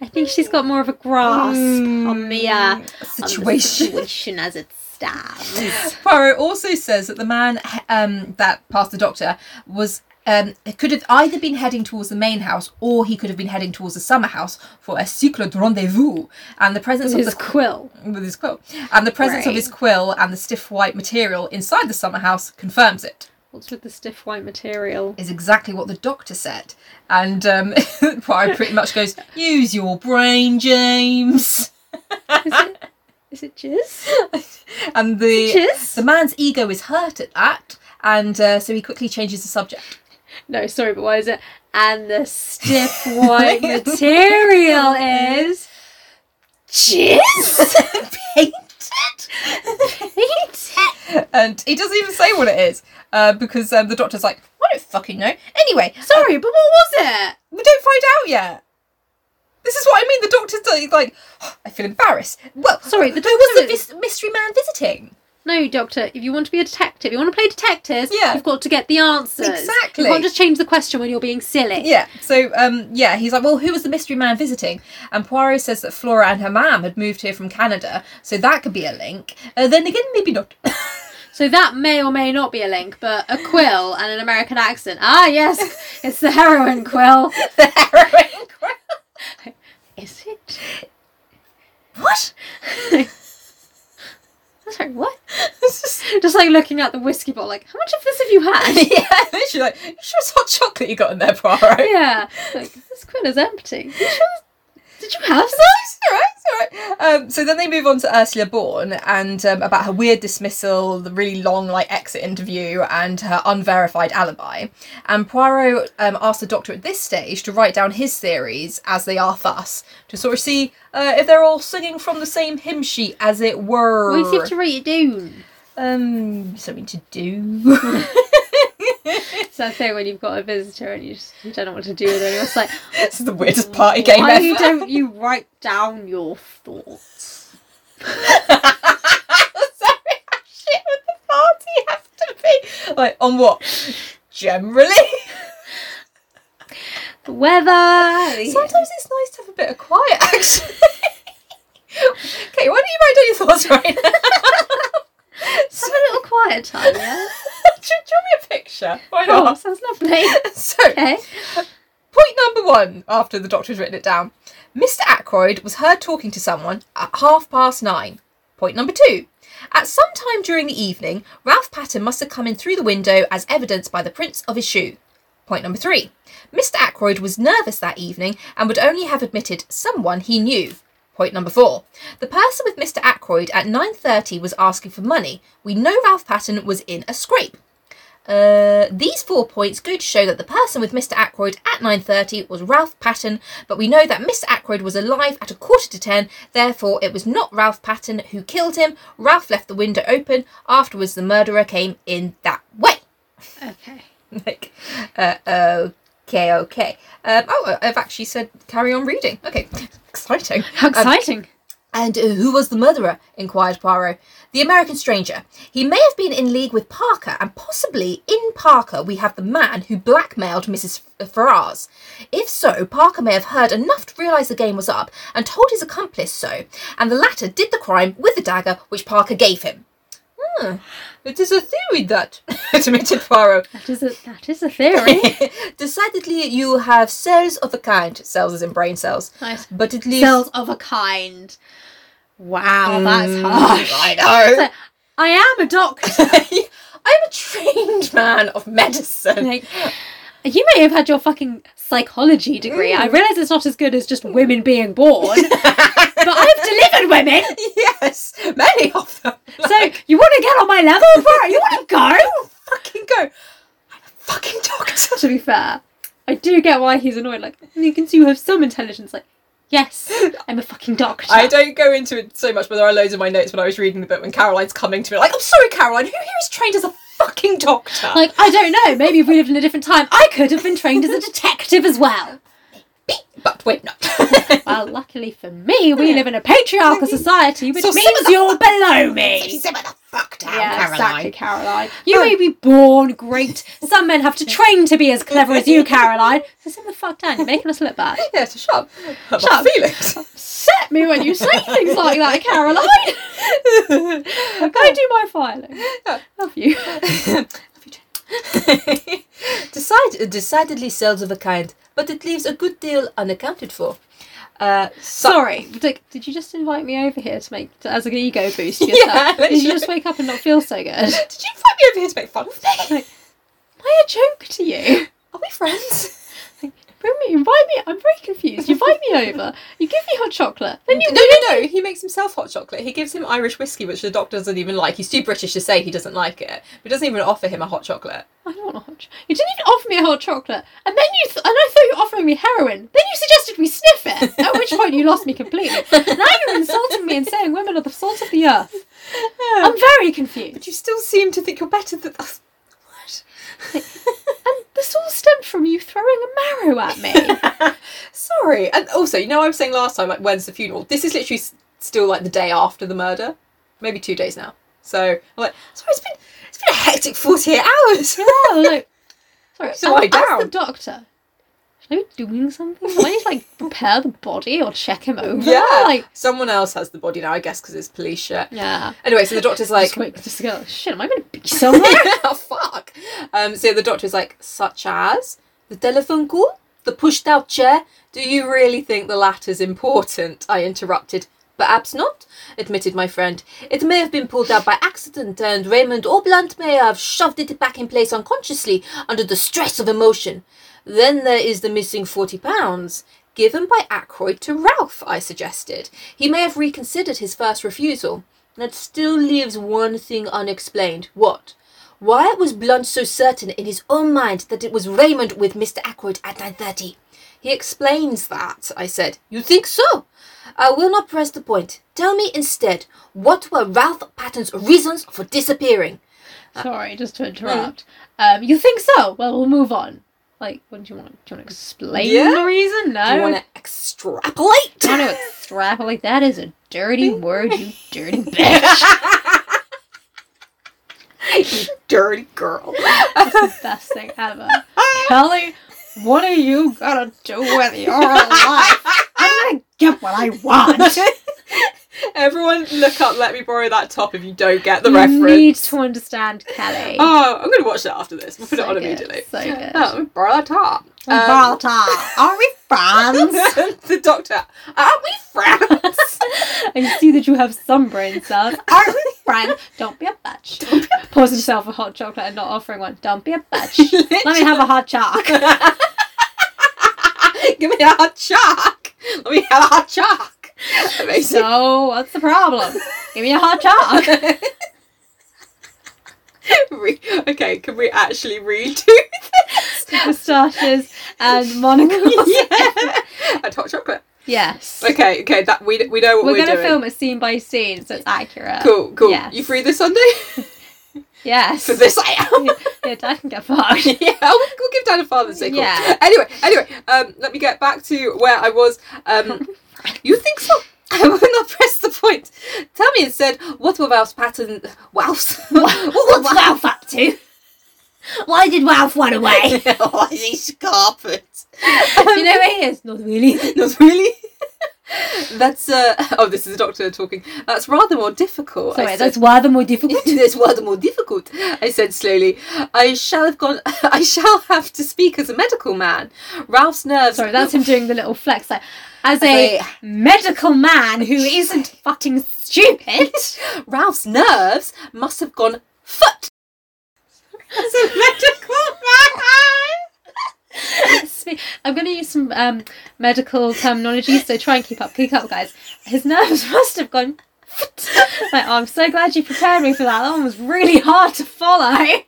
I think she's got more of a grasp on the uh, Situation. on the situation as it stands. Poirot also says that the man um, that passed the doctor was um, could have either been heading towards the main house or he could have been heading towards the summer house for a cycle de rendezvous. And the presence of His the quill. with his quill and the presence of Right. his quill and the stiff white material inside the summer house confirms it. What's with the stiff white material? Is exactly what the doctor said, and um, Poirot pretty much goes, "Use your brain, James." Is it? Is it jizz? And the Jizz? the man's ego is hurt at that, and uh, so he quickly changes the subject. No, sorry, but why is it? And the stiff white material is jizz. and he doesn't even say what it is uh, because um, the doctor's like, I don't fucking know. Anyway, um, sorry, but what was it? we don't find out yet. This is what I mean. The doctor's like, like, I feel embarrassed. Well, Sorry, the who was the doctor- vis- mystery man visiting? No, doctor. If you want to be a detective, you want to play detectives. Yeah. you've got to get the answers. Exactly. You can't just change the question when you're being silly. Yeah. So, um, yeah, he's like, well, who was the mystery man visiting? And Poirot says that Flora and her mum had moved here from Canada, so that could be a link. Uh, then again, maybe not. So that may or may not be a link, but a quill and an American accent. Ah, yes, it's the heroin quill. the heroin. Is it? What? Sorry, what? It's just Just like looking at the whiskey bottle, like, how much of this have you had? yeah, literally like, you sure it's hot chocolate you got in there, Poirot? yeah. Like, this quill is empty. You sure- Did you have some? It's alright, it's alright. Um, so then they move on to Ursula Bourne and um, about her weird dismissal, the really long like exit interview, and her unverified alibi. And Poirot um, asks the doctor at this stage to write down his theories as they are thus to sort of see uh, if they're all singing from the same hymn sheet, as it were. We seem to write it down. um, something to do. It's that thing when you've got a visitor and you just you don't know what to do with them. You're just like, this is the weirdest party game why ever. don't you write down your thoughts? Sorry, how shit would the party have to be? Like, on what? Generally? The weather. Sometimes it's nice to have a bit of quiet, actually. okay, why don't you write down your thoughts right now? Have a little quiet time, yeah? Draw draw me a picture. Why Oh, not? sounds lovely. So, Okay. Point number one, after the doctor's written it down, Mr. Ackroyd was heard talking to someone at half past nine. Point number two, at some time during the evening, Ralph Patton must have come in through the window as evidenced by the prints of his shoe. Point number three, Mr. Ackroyd was nervous that evening and would only have admitted someone he knew. Point number four, the person with Mr. Ackroyd at 9.30 was asking for money. We know Ralph Patton was in a scrape. Uh, these four points go to show that the person with Mr. Ackroyd at 9:30 was Ralph Patton, but we know that Mr. Ackroyd was alive at a quarter to 10, therefore it was not Ralph Patton who killed him. Ralph left the window open. Afterwards the murderer came in that way. Okay. Like uh, okay, okay. Um, oh, I've actually said carry on reading. Okay. Exciting. How Um, exciting. and uh, who was the murderer? inquired Poirot. The American stranger. He may have been in league with Parker, and possibly in Parker we have the man who blackmailed Mrs. F- uh, Ferrars. If so, Parker may have heard enough to realise the game was up and told his accomplice so, and the latter did the crime with the dagger which Parker gave him. Hmm. It is a theory that, admitted Poirot. that, is a, that is a theory. Decidedly, you have cells of a kind. Cells as in brain cells. nice. But at least. Cells of a kind. Wow, that's harsh. Hmm. I know. So, I am a doctor. I'm a trained man of medicine. Like, you may have had your fucking psychology degree. I realise it's not as good as just women being born, but I've delivered women. yes, many of them. So you want to get on my level, bro? You want to go? fucking go. I'm a fucking doctor. To be fair, I do get why he's annoyed. Like you can see you have some intelligence. Like yes, I'm a fucking doctor. I don't go into it so much, but there are loads of my notes when I was reading the book when Caroline's coming to me like, I'm sorry, Caroline, who here is trained as a fucking doctor? like I don't know. Maybe if we lived in a different time, I could have been trained as a detective as well. Beep, but we're not. Well, luckily for me, we live in a patriarchal society, which So means similar. you're below me. Simmer the fuck down, Yeah, Caroline. exactly, Caroline. You may be born great. Some men have to train to be as clever as you, Caroline. So sit the fuck down. You're making us look bad. Yeah, so shut up. Shut up. Felix. Set me when you say things like that, Caroline. Go do my filing. Love you. Decide, decidedly selves of a kind, but it leaves a good deal unaccounted for. Uh, Sorry, Dick, did you just invite me over here to make to, as an ego boost? to Yourself? Did you just wake up and not feel so good? Did you find me over here to make fun of me? Why a joke to you? Are we friends? Bring me, invite me. I'm very confused. You invite me over. You give me hot chocolate. Then you No, no, no. He makes himself hot chocolate. He gives him Irish whiskey, which the doctor doesn't even like. He's too British to say he doesn't like it, but doesn't even offer him a hot chocolate. I don't want a hot. Cho- you didn't even offer me a hot chocolate, and then you th- and I thought you were offering me heroin. Then you suggested we sniff it. At which point you lost me completely. Now you're insulting me and saying women are the salt of the earth. I'm very confused. Um, But you still seem to think you're better than us. What? And this all stemmed from you throwing a marrow at me. Sorry. And also, you know, I was saying last time, like, when's the funeral? This is literally s- still like the day after the murder, maybe two days now. So I'm like, sorry, it's been it's been a hectic forty eight hours. Oh, no. Sorry, So as, I as the down. doctor, should I be doing something? Do I need to like prepare the body or check him over? yeah. Like, Someone else has the body now, I guess, because it's police shit. yeah. Anyway, so the doctor's like, Just wait for this to go. Shit, am I going to be somewhere? oh, fuck. Um, so the doctor's like, such as the telephone call, the pushed out chair. Do you really think the latter's important? I interrupted. Perhaps not, admitted my friend. It may have been pulled out by accident, and Raymond Oblant may have shoved it back in place unconsciously under the stress of emotion. Then there is the missing forty pounds. Given by Ackroyd to Ralph, I suggested. He may have reconsidered his first refusal. That still leaves one thing unexplained. What? Why was Blunt so certain in his own mind that it was Raymond with Mr. Ackroyd at 9.30? He explains that, I said. You think so? I will not press the point. Tell me instead, what were Ralph Patton's reasons for disappearing? Sorry, just to interrupt. Um, you think so? Well, we'll move on. Like, what do you want? Do you want to explain Yeah. the reason? No. Do you want to extrapolate? I want to extrapolate. That is a dirty word, you dirty bitch. you dirty girl. Best thing ever. Kelly, what are you gonna do with your life? I'm gonna get what I want. Everyone look up, let me borrow that top if you don't get the you reference. need to understand Kelly. Oh, I'm going to watch that after this. We'll put So it on good, immediately. So good. Oh, borrow that top. Um, are we friends? the doctor. Are we friends? I see that you have some brain cells. Are we friends? Don't be a bitch. Pours himself a hot chocolate and not offering one. Don't be a bitch. Let me have a hot chocolate. Give me a hot chalk. Let me have a hot chalk. Amazing. So, what's the problem? Give me a hot chocolate. Re- okay, can we actually redo this? Moustaches and monocles. yeah. And hot chocolate. Yes. Okay, okay. That we we know what We're, we're, gonna doing. film it scene by scene, so it's accurate. Cool, cool. Yes. You free this Sunday? Yes. For this I am. yeah, yeah, Dad can get fucked. yeah, we'll, we'll give Dad a father's day. Cool. Yeah. Anyway, anyway, um, let me get back to where I was. Um, you think so? I will not press the point. Tell me instead, what were Ralph's pattern? Ralph's? what were What's Ralph up to? Why did Ralph run away? Why is he scarpered? Do you know where he is? Not really. Not really. That's uh oh, this is the doctor talking. That's rather more difficult. I Sorry, said. that's why the more difficult. That's rather more difficult. I said slowly. I shall have gone. I shall have to speak as a medical man. Ralph's nerves. Sorry, that's him doing the little flex. Like, as a As medical man who isn't fucking stupid. Ralph's nerves must have gone foot. As a medical man. Spe- I'm going to use some um, medical terminology, so try and keep up. Keep up, guys. His nerves must have gone. like, oh, I'm so glad you prepared me for that. That one was really hard to follow. No,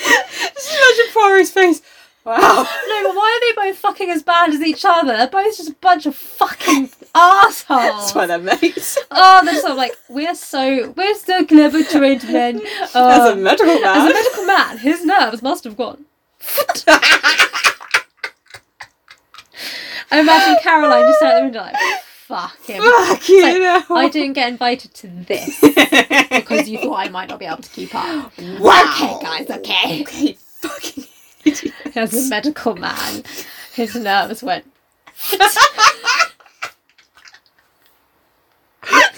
Just imagine Poirot's face. Wow. but why are they both fucking as bad as each other? They're both just a bunch of fucking assholes. That's why they're mates. Oh, they're sort of like, we're so, we're so clever trained men. As a Um, medical As man. a medical man, his nerves must have gone. I imagine Caroline just sat at the window like, fuck him. Fuck you It's know. I didn't get invited to this because you thought I might not be able to keep up. Wow. Okay, guys, okay. Okay, fucking. As a medical man, his nerves went.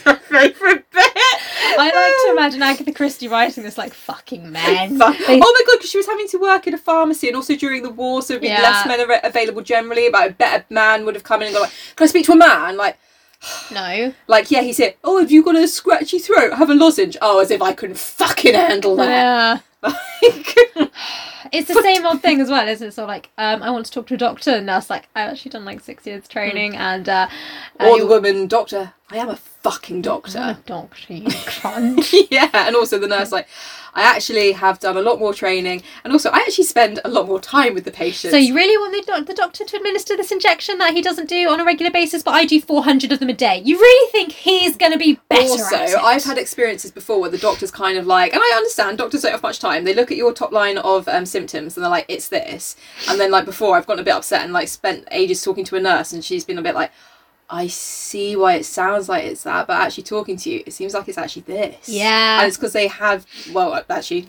My favourite bit. I like to imagine Agatha Christie writing this like fucking men. Fuck. They- oh my god, 'cause she was having to work in a pharmacy and also during the war, so there'd be Yeah. less men av- available generally. But a better man would have come in and gone, like, Can I speak to a man? Like, no. like yeah, he said, Oh, have you got a scratchy throat? Have a lozenge. Oh, as if I couldn't fucking handle that. Yeah. Like, It's the same old thing as well, isn't it? So like, um, I want to talk to a doctor, and that's like, I've actually done like six years training, Hmm. and uh, or I- the woman, doctor, I am a fucking I'm doctor. a doctor, you cunt. yeah, and also the nurse, like, I actually have done a lot more training, and also I actually spend a lot more time with the patients. So you really want the, doc- the doctor to administer this injection that he doesn't do on a regular basis, but I do 400 of them a day. You really think he's going to be better also, at it? I've had experiences before where the doctor's kind of like, and I understand doctors don't have much time. They look at your top line of um, symptoms and they're like, it's this. And then, like, before, I've gotten a bit upset and, like, spent ages talking to a nurse, and she's been a bit like, I see why it sounds like it's that, but actually talking to you, it seems like it's actually this. Yeah. And it's because they have, well, uh, actually,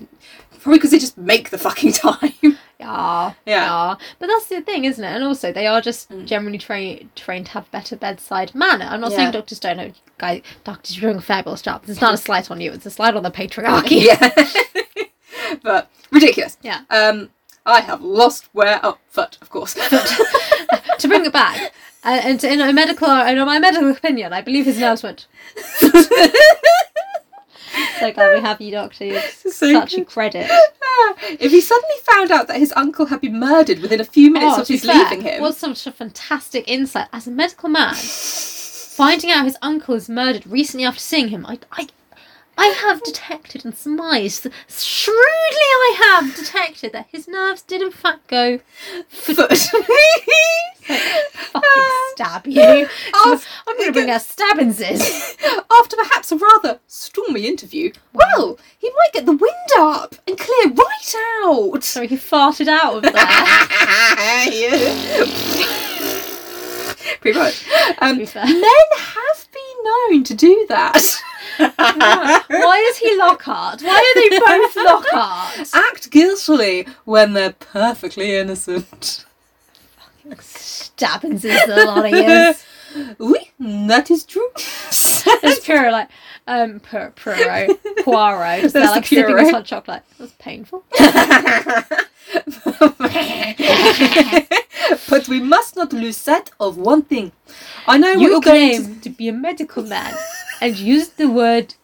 probably because they just make the fucking time. Yeah, Yeah. Hmm. But that's the thing, isn't it? And also, they are just generally trained trained to have better bedside manner. I'm not Yeah. saying doctors don't know, guys. Doctors are doing a fabulous job. It's not a slight on you. It's a slight on the patriarchy. yeah. but ridiculous. Yeah. Um, I have lost where, oh, foot, of course. to bring it back, uh, and in a medical, in my medical opinion, I believe his nerves went. so glad we have you, doctor. You're So such a credit. if he suddenly found out that his uncle had been murdered within a few minutes Oh, of to be his fair, leaving him, What such a fantastic insight as a medical man. Finding out his uncle is murdered recently after seeing him, I, I, I have detected and surmised, shrewdly I have detected that his nerves did in fact go foot. fucking stab you. Ah. Oh, I'm gonna bring out stabbingses. After perhaps a rather stormy interview, well, he might get the wind up and clear right out. Sorry, he farted out of there. Pretty much. Um, be fair. men have been known to do that. Why is he Lockhart? Why are they both Lockhart? Act guiltily when they're perfectly innocent. Stabbingses, a lot of you. Oui, that is true. It's pure like um pur- puro Poirot. Just there, That's the like sipping Puro. his hot chocolate. That's painful. but we must not lose sight of one thing. I know You what you're claim going to... be a medical man and use the word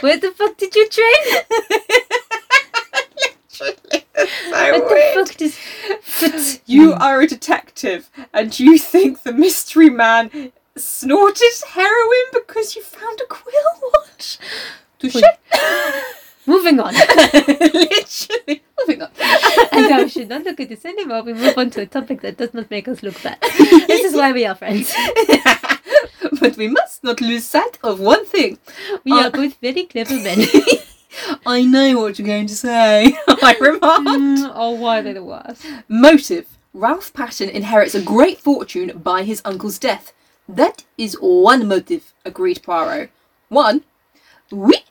Where the fuck did you train? Where the fuck did to. You are a detective, and you think the mystery man snorted heroin because you found a quill watch. Touche. moving on? Literally. Moving on. And now we should not look at this anymore. We move on to a topic that does not make us look bad. this is why we are friends. but we must not lose sight of one thing. We Uh, are both very clever men. I know what you're going to say. I remarked. Mm, oh, why are they the worst? Motive Ralph Patton inherits a great fortune by his uncle's death. That is one motive, agreed Poirot. One. Oui.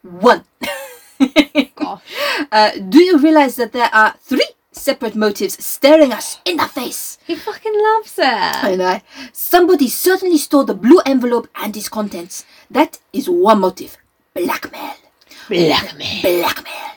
One. Gosh. Uh, do you realize that there are three separate motives staring us in the face? He fucking loves it. And I. Somebody certainly stole the blue envelope and its contents. That is one motive. Blackmail. Blackmail. Blackmail.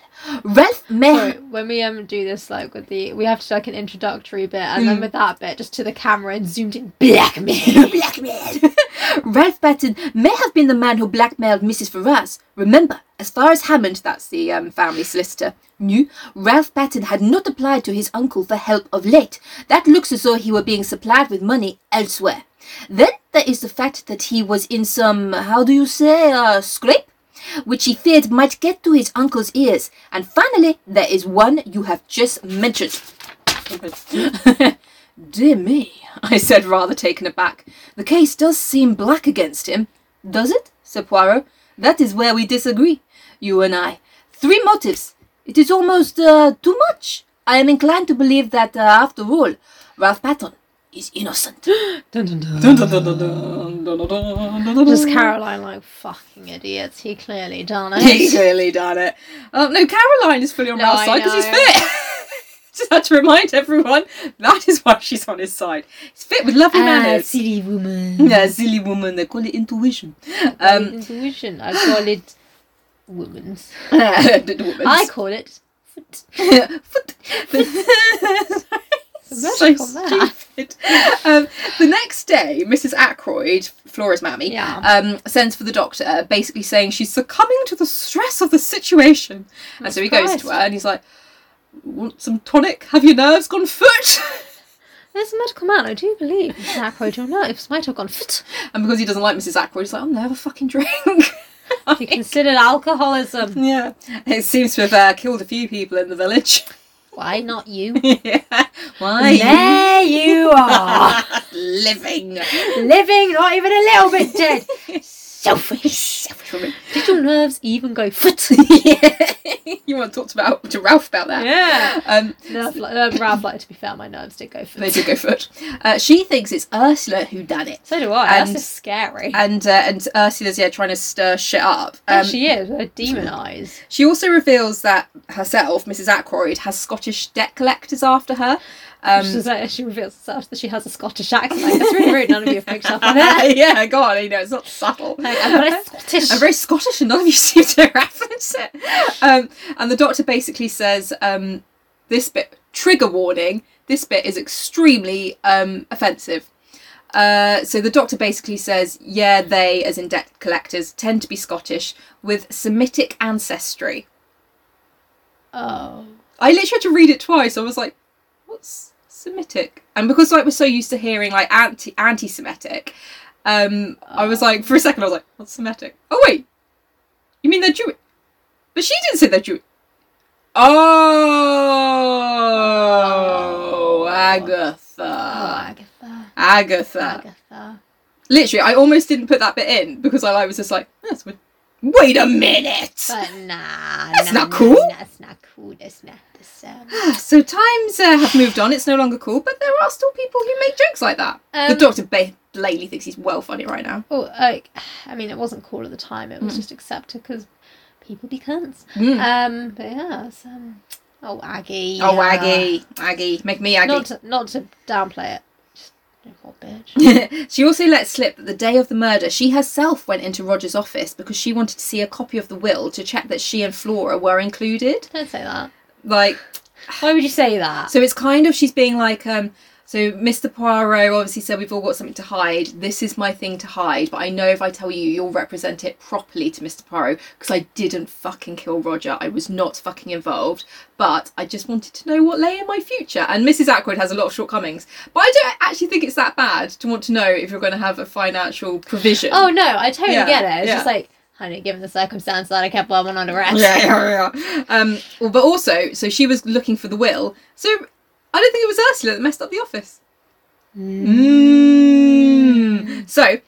Ralph may. Sorry, when we um do this like with the we have to do like an introductory bit and then with that bit just to the camera and zoomed in blackmail. blackmailed. Ralph Patton may have been the man who blackmailed Mrs. Ferrars. Remember, as far as Hammond, that's the um, family solicitor, knew, Ralph Patton had not applied to his uncle for help of late. That looks as though he were being supplied with money elsewhere. Then there is the fact that he was in some, how do you say, uh, scrape? Which he feared might get to his uncle's ears. And finally, there is one you have just mentioned. Dear me, I said, rather taken aback. The case does seem black against him. Does it? said Poirot. That is where we disagree, you and I. Three motives. It is almost uh, too much. I am inclined to believe that, uh, after all, Ralph Patton is innocent. Dun, dun, dun. Just Just Caroline, like fucking idiots. He clearly done He it. clearly done it. Um, no, Caroline is fully on No, Ralph's I side because he's know. fit. Just had to remind everyone that is why she's on his side. He's fit with lovely Ah, manners. silly woman. Yeah, silly woman. They call it intuition. Um, Um, intuition. I call it woman's. I I call it. foot. foot. so Magical that. stupid. Um, the next day, Mrs. Ackroyd, Flora's mammy, Yeah. um, sends for the doctor, basically saying she's succumbing to the stress of the situation. and so he goes to surprised. her and he's like, "Want some tonic? Have your nerves gone foot?" There's a magical man. I do believe Mrs. Ackroyd or not. If might have gone fit, and because he doesn't like Mrs. Ackroyd, he's like, "I'll never fucking drink." if you consider alcoholism, yeah, it seems to have uh, killed a few people in the village. why not you? yeah. Why? There you are, living. living, not even a little bit dead. Selfish. Did your nerves even go foot? you want to talk to, about, to Ralph about that? yeah. Um, Nerve, li- um, Ralph, like to be fair, my nerves did go they foot. did go foot. Uh, she thinks it's Ursula who done it, So do I. And- That's just scary. and uh, and Ursula's yeah trying to stir shit up. There Um, she is. Her demon eyes. she also reveals that herself, Mrs. Ackroyd, has Scottish debt collectors after her. Um, She's like, she reveals herself that she has a Scottish accent. Like, That's really rude. None of you have picked up on it. yeah, God, you know it's not subtle. Like, I'm very Scottish. I'm very Scottish, and none of you seem to reference it. Um, and the doctor basically says, um, "This bit trigger warning. This bit is extremely um, offensive." Uh, so the doctor basically says, "Yeah, they, as in debt collectors, tend to be Scottish with Semitic ancestry." oh. I literally had to read it twice. I was like, "What's Semitic?" And because like we're so used to hearing like anti anti-Semitic, um, I was like, for a second, I was like, "What's Semitic?" Oh wait, you mean they're Jewish? But she didn't say they're Jewish. Oh, Oh, Agatha, Agatha. Agatha. Agatha. Literally, I almost didn't put that bit in because I like, was just like, "That's weird." Wait a minute. But nah. That's nah, not nah, cool. nah, That's not cool. That's not the same. So times uh, have moved on. It's no longer cool, but there are still people who make jokes like that. the Um, doctor ba- blatantly thinks he's well funny right now. Oh, like, I mean, it wasn't cool at the time. It Hmm. was just accepted because people be cunts. Mm. Um, but yeah, so, oh Aggie. Oh, yeah. Aggie, Aggie, make me Aggie. Not to, not to downplay it. Just you hot bitch. she also let slip that the day of the murder, she herself went into Roger's office because she wanted to see a copy of the will to check that she and Flora were included. Don't say that. Like, Why would you say that? so it's kind of she's being like, um, so Mr. Poirot obviously said we've all got something to hide. This is my thing to hide, but I know if I tell you, you'll represent it properly to Mr. Poirot because I didn't fucking kill Roger. I was not fucking involved, but I just wanted to know what lay in my future. And Mrs. Ackroyd has a lot of shortcomings, but I don't actually think it's that bad to want to know if you're going to have a financial provision. Oh no, I totally Yeah, get it. It's yeah. just like, honey, given the circumstance that I kept one on under wraps. yeah, yeah, yeah. Um, well, but also, so she was looking for the will. So I don't think it was Ursula that messed up the office. Mm. So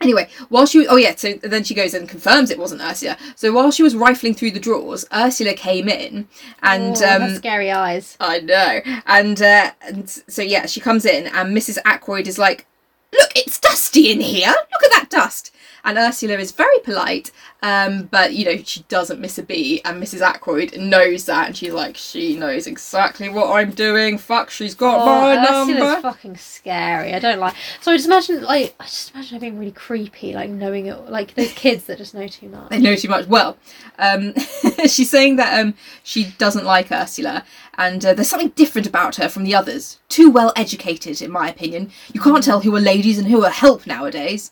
anyway, while she was, oh yeah, so then she goes and confirms it wasn't Ursula. So while she was rifling through the drawers, Ursula came in and Ooh, Oh, her um, scary eyes. I know. And, uh, and so, yeah, she comes in, and Mrs. Ackroyd is like, Look, it's dusty in here. Look at that dust. And Ursula is very polite, um, but, you know, she doesn't miss a beat. And Mrs. Ackroyd knows that, and she's like, She knows exactly what I'm doing. Fuck, she's got my Oh, Ursula's number. fucking scary. I don't like. So I just imagine, like, I just imagine her being really creepy, like knowing it, like those kids that just know too much. they know too much. Well, um, she's saying that um, she doesn't like Ursula, and uh, there's something different about her from the others. Too well educated, in my opinion. You can't tell who are ladies and who are help nowadays.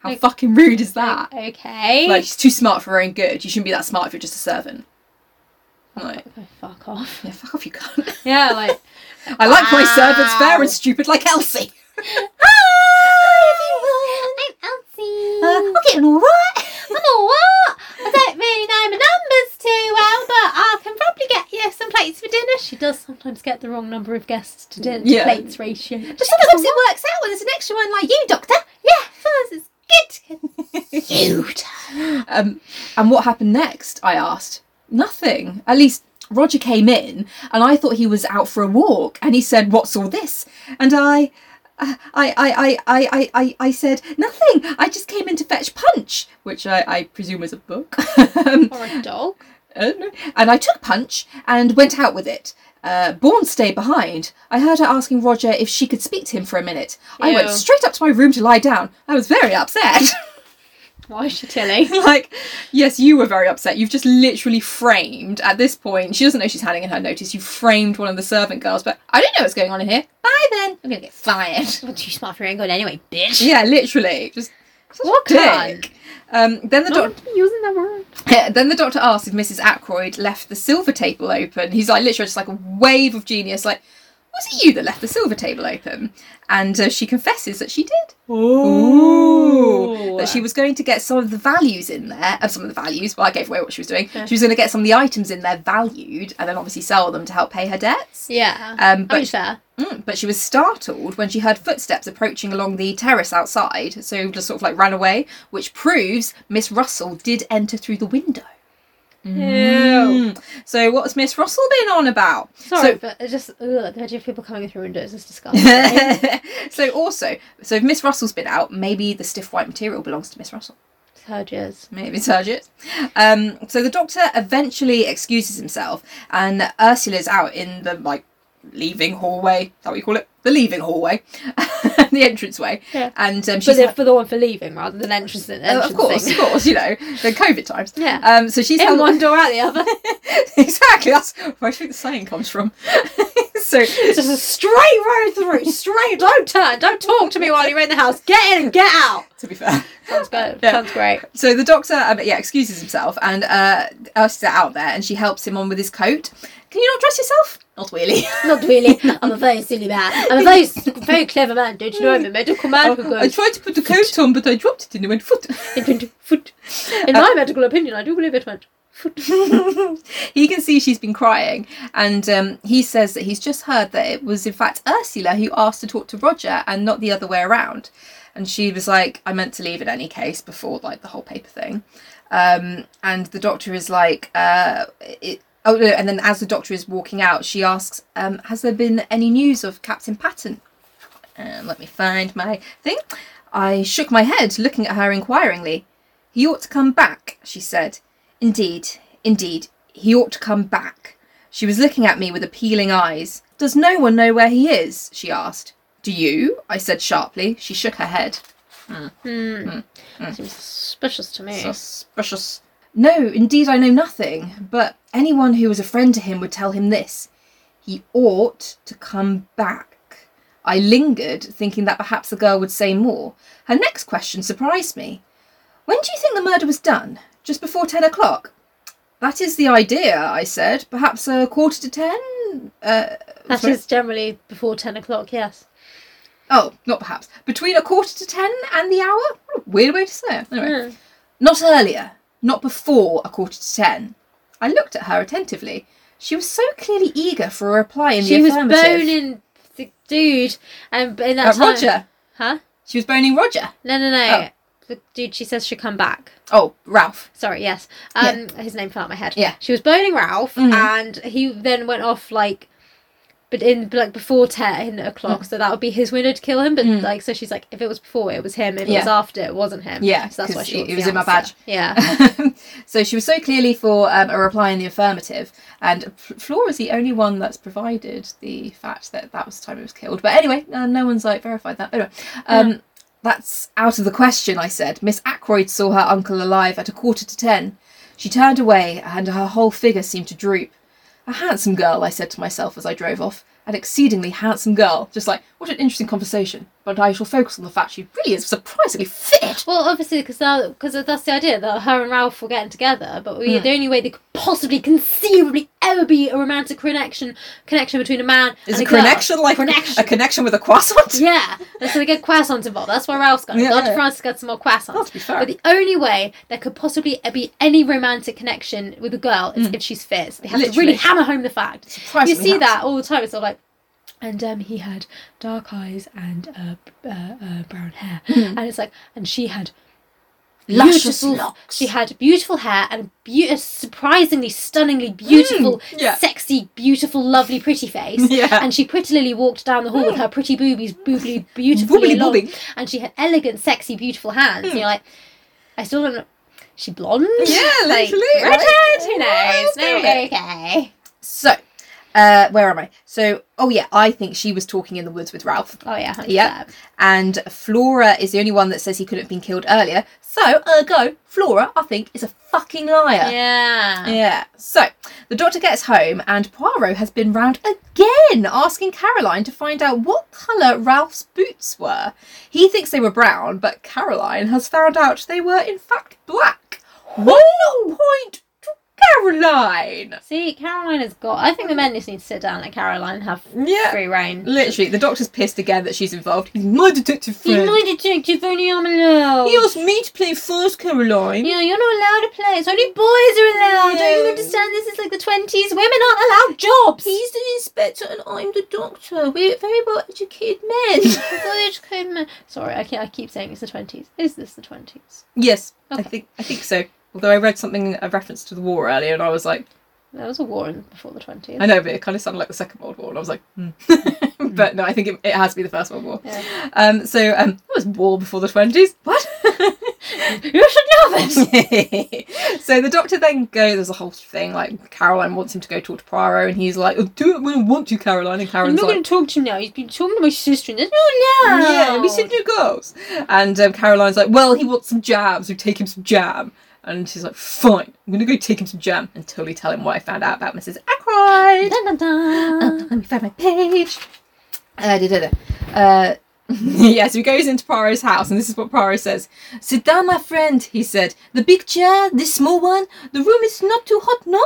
How Like- fucking rude is that? Okay. Like, she's too smart for her own good. You shouldn't be that smart if you're just a servant. Like, Oh, fuck off. yeah, fuck off, you cunt. Yeah, like I like my servants fair Wow. and stupid, like Elsie. Hi everyone, I'm Elsie. getting all right. I'm all what? I don't really know my numbers too well, but I can probably get you some plates for dinner. She does sometimes get the wrong number of guests to dinner to Yeah. plates ratio. Just sometimes it works out when there's an extra one like you, Doctor. Yeah, sometimes it's good. Cute. Um, and what happened next? I asked. Nothing. At least Roger came in, and I thought he was out for a walk, and he said, "What's all this?" And I, "Uh, I, I, I, I, I, I, I said nothing. I just came in to fetch Punch, which I, I presume was a book. Um, Or a dog. I don't know. And I took Punch and went out with it. Uh, Bourne stayed behind. I heard her asking Roger if she could speak to him for a minute. I went Ew. straight up to my room to lie down. I was very upset. Why is she telling? like, yes, you were very upset. You've just literally framed, at this point, she doesn't know she's handing in her notice. You framed one of the servant girls, but I don't know what's going on in here. Bye then. I'm going to get fired. Well, too smart for your own good anyway, bitch. yeah, literally. Just such a What cunt. dick. Um, then the doctor. Not using that word. Yeah, then the doctor asks if Mrs. Ackroyd left the silver table open. He's like literally just like a wave of genius, like, was it you that left the silver table open? And uh, she confesses that she did. Ooh. That she was going to get some of the values in there, of some of the values. Well, I gave away what she was doing. She was going to get some of the items in there valued, and then obviously sell them to help pay her debts. Yeah. Um, I mean, but fair. Mm, but she was startled when she heard footsteps approaching along the terrace outside, so just sort of like ran away, which proves Miss Russell did enter through the window. Mm. So what's Miss Russell been on about? Sorry, So- but it's just ugh, the idea of people coming through windows is disgusting. so also, so if Miss Russell's been out, maybe the stiff white material belongs to Miss Russell. Surges. Maybe Sergius. Um, so the doctor eventually excuses himself, and Ursula's out in the like leaving hallway. Is that what you call it? The leaving hallway, the entranceway. Yeah. And um, But she's they're like, for the one for leaving rather than entrance. "Oh, of course, of course, you know, the COVID times. Yeah. Um, so she's In held one door out the other. exactly. That's where I think the saying comes from. so It's just a straight road through. Straight. Don't turn. Don't talk to me while you're in the house. Get in and get out. to be fair. Sounds good. Yeah. Sounds great. So the doctor, um, yeah, excuses himself, and uh, Ursula's out there, and she helps him on with his coat. Can you not dress yourself? Not really. Not really. I'm a very silly man. I'm a very, s- very clever man. Don't you know I'm a medical man who I goes tried to put the coat on, but I dropped it and it went foot. into foot. In my medical opinion, I do believe it went foot. he can see she's been crying, and um, he says that he's just heard that it was in fact Ursula who asked to talk to Roger and not the other way around. And she was like, "I meant to leave in any case before like the whole paper thing." Um, and the doctor is like, uh, it, "Oh no!" And then as the doctor is walking out, she asks, um, "Has there been any news of Captain Patton?" Um, let me find my thing. I shook my head, looking at her inquiringly. He ought to come back, she said. Indeed, indeed, he ought to come back. She was looking at me with appealing eyes. Does no one know where he is? she asked. Do you? I said sharply. She shook her head. Seems suspicious to me. Suspicious. No, indeed, I know nothing, but anyone who was a friend to him would tell him this. He ought to come back. I lingered, thinking that perhaps the girl would say more. Her next question surprised me. When do you think the murder was done? Just before ten o'clock? That is the idea, I said. Perhaps a quarter to ten? Uh, That sorry? is generally before 10 o'clock, yes. Oh, not perhaps. Between a quarter to ten and the hour? What a weird way to say it. Anyway. Hmm. Not earlier, not before a quarter to ten. I looked at her attentively. She was so clearly eager for a reply in She the was affirmative. boning the dude, and in Uh, that time, Roger. huh? She was boning Roger. No, no, no. Oh. The dude she says should come back. Oh, Ralph. Sorry, yes. Um, his name fell out of my head. Yeah. Mm-hmm. she was boning Ralph, and he then went off like, but in like before ten Mm. o'clock, so that would be his window to kill him. But like, so she's like, if it was before, it was him. If it was Yeah. after, it wasn't him. Yeah, so that's why 'cause she it- wants it the was in my answer. badge. Yeah, so she was so clearly for um, a reply in the affirmative, and F- Flora's the only one that's provided the fact that that was the time it was killed. But anyway, uh, no one's like verified that. Anyway, um, that's out of the question. I said. Miss Ackroyd saw her uncle alive at a quarter to ten. She turned away, and her whole figure seemed to droop. A handsome girl, I said to myself as I drove off. An exceedingly handsome girl. Just like, what an interesting conversation. But I shall focus on the fact she really is surprisingly fit. well, obviously, because because that's the idea that her and Ralph were getting together. But Hmm. we, the only way they could possibly, conceivably, ever be a romantic connection connection between a man Is and a girl. connection like Connection. a connection with a croissant? Yeah, and so they get croissants involved. That's why Ralph's got it. Yeah, Dr. yeah. Francis got some more croissants. Oh, to be fair. But the only way there could possibly be any romantic connection with a girl is if she's fit. So they have to Hmm. Literally. really hammer home the fact. You Surprisingly see handsome. that all the time. It's all like, and um, he had Hmm. dark eyes and uh, b- uh, uh, brown hair, and it's like, and she had Luscious beautiful. locks. She had beautiful hair and a beau- a surprisingly, stunningly beautiful, Mm, yeah. sexy, beautiful, lovely, pretty face. Yeah. Mm. And she prettily walked down the hall with her pretty boobies, boobly, beautifully Boobly along. boobing. Mm. And she had elegant, sexy, beautiful hands. And you're like, I still don't know. She blonde? Yeah, like, literally, redhead? Who right? knows? Well, Maybe okay. So, uh, where am I? So, oh yeah, I think she was talking in the woods with Ralph. Oh yeah, 100%. Yeah. And Flora is the only one that says he couldn't have been killed earlier. So, uh, go. Flora, I think, is a fucking liar. Yeah. Yeah. So the doctor gets home and Poirot has been round again asking Caroline to find out what colour Ralph's boots were. He thinks they were brown, but Caroline has found out they were in fact black. One point to Caroline. See, Caroline has got. I think the men just need to sit down and Caroline and have Yeah. free reign. Literally, the doctor's pissed again that she's involved. He's my detective You're friend. my detective, only I'm allowed. He asked me to play first, Caroline. Yeah, you're not allowed to play. It's only boys are allowed. Don't you Yeah. understand? This is like the twenties. Women aren't allowed jobs. He's the inspector and I'm the doctor. We're very well educated men. Good, good man. Sorry, I, ke- I keep saying it's the twenties. Is this the twenties? Yes, I Okay. think I think so. Although I read something a reference to the war earlier, and I was like, There was a war in before the twenties. I know, but it kind of sounded like the Second World War, and I was like, hmm. but no, I think it, it has to be the First World War. Yeah. Um, so um, it was war before the twenties. What? You should know this. so the doctor then goes. There's a whole thing like Caroline wants him to go talk to Poirot, and he's like, oh, "Do it when I want to, Caroline." I'm And Caroline's not like, going to talk to him now. He's been talking to my sister, and there's no allowed. "Yeah, we should do girls." And um, Caroline's like, "Well, he wants some jam, so take him some jam." And she's like, "Fine, I'm going to go take him some jam and totally tell him what I found out about Mrs. Ackroyd." Dun, dun, dun. Let me find my page. Uh, da, da, da. Uh, yeah, so he goes into Poirot's house, and this is what Poirot says. Sit down, my friend, he said. The big chair, this small one, the room is not too hot, no?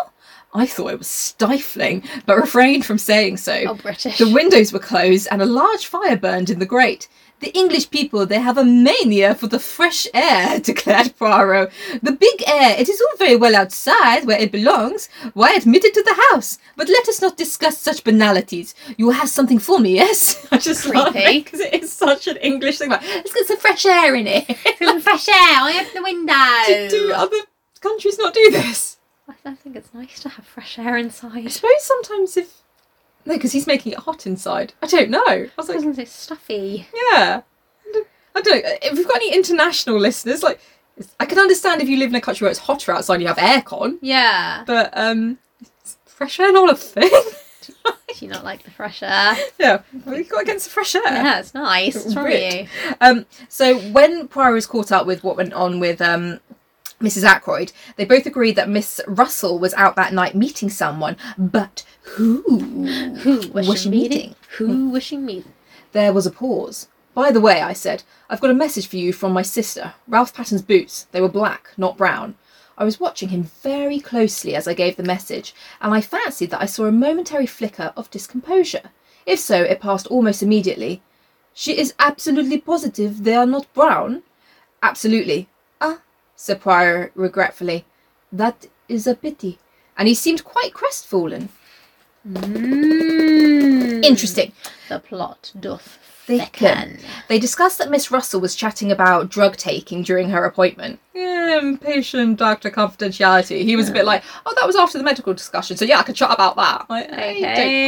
I thought it was stifling, but refrained from saying so. Oh, British. The windows were closed, and a large fire burned in the grate. The English people, they have a mania for the fresh air, declared Poirot. The big air, it is all very well outside where it belongs. Why admit it to the house? But let us not discuss such banalities. You have something for me, yes? I just Creepy. because it is such an English thing. Like, let's get some fresh air in here. Some fresh air. I open the window. Do other countries not do this? I I think it's nice to have fresh air inside. I suppose sometimes if. No, because he's making it hot inside. I don't know. I was like, Doesn't it stuffy? Yeah. I don't know. If we've got any international listeners, like, I can understand if you live in a country where it's hotter outside and you have aircon, Yeah. but um, it's fresh air not a thing. Do you not like the fresh air? yeah, we've got against the fresh air. Yeah, it's nice. It's from Ripped. you. Um, so when Poirot was caught up with what went on with um, Mrs. Ackroyd, they both agreed that Miss Russell was out that night meeting someone, but who? Who was, Was she she meeting? Hmm. meeting? Who was she meeting? There was a pause. By the way, I said, I've got a message for you from my sister. Ralph Patton's boots. They were black, not brown. I was watching him very closely as I gave the message, and I fancied that I saw a momentary flicker of discomposure. If so, it passed almost immediately. She is absolutely positive they are not brown. Absolutely. Ah, said Poirot regretfully. That is a pity. And he seemed quite crestfallen. Mm. Interesting. The plot doth thicken. Thicken. They discussed that Miss Russell was chatting about drug taking during her appointment. Yeah, patient doctor confidentiality. He was a bit like, oh, that was after the medical discussion, so yeah, I could chat about that. I, I don't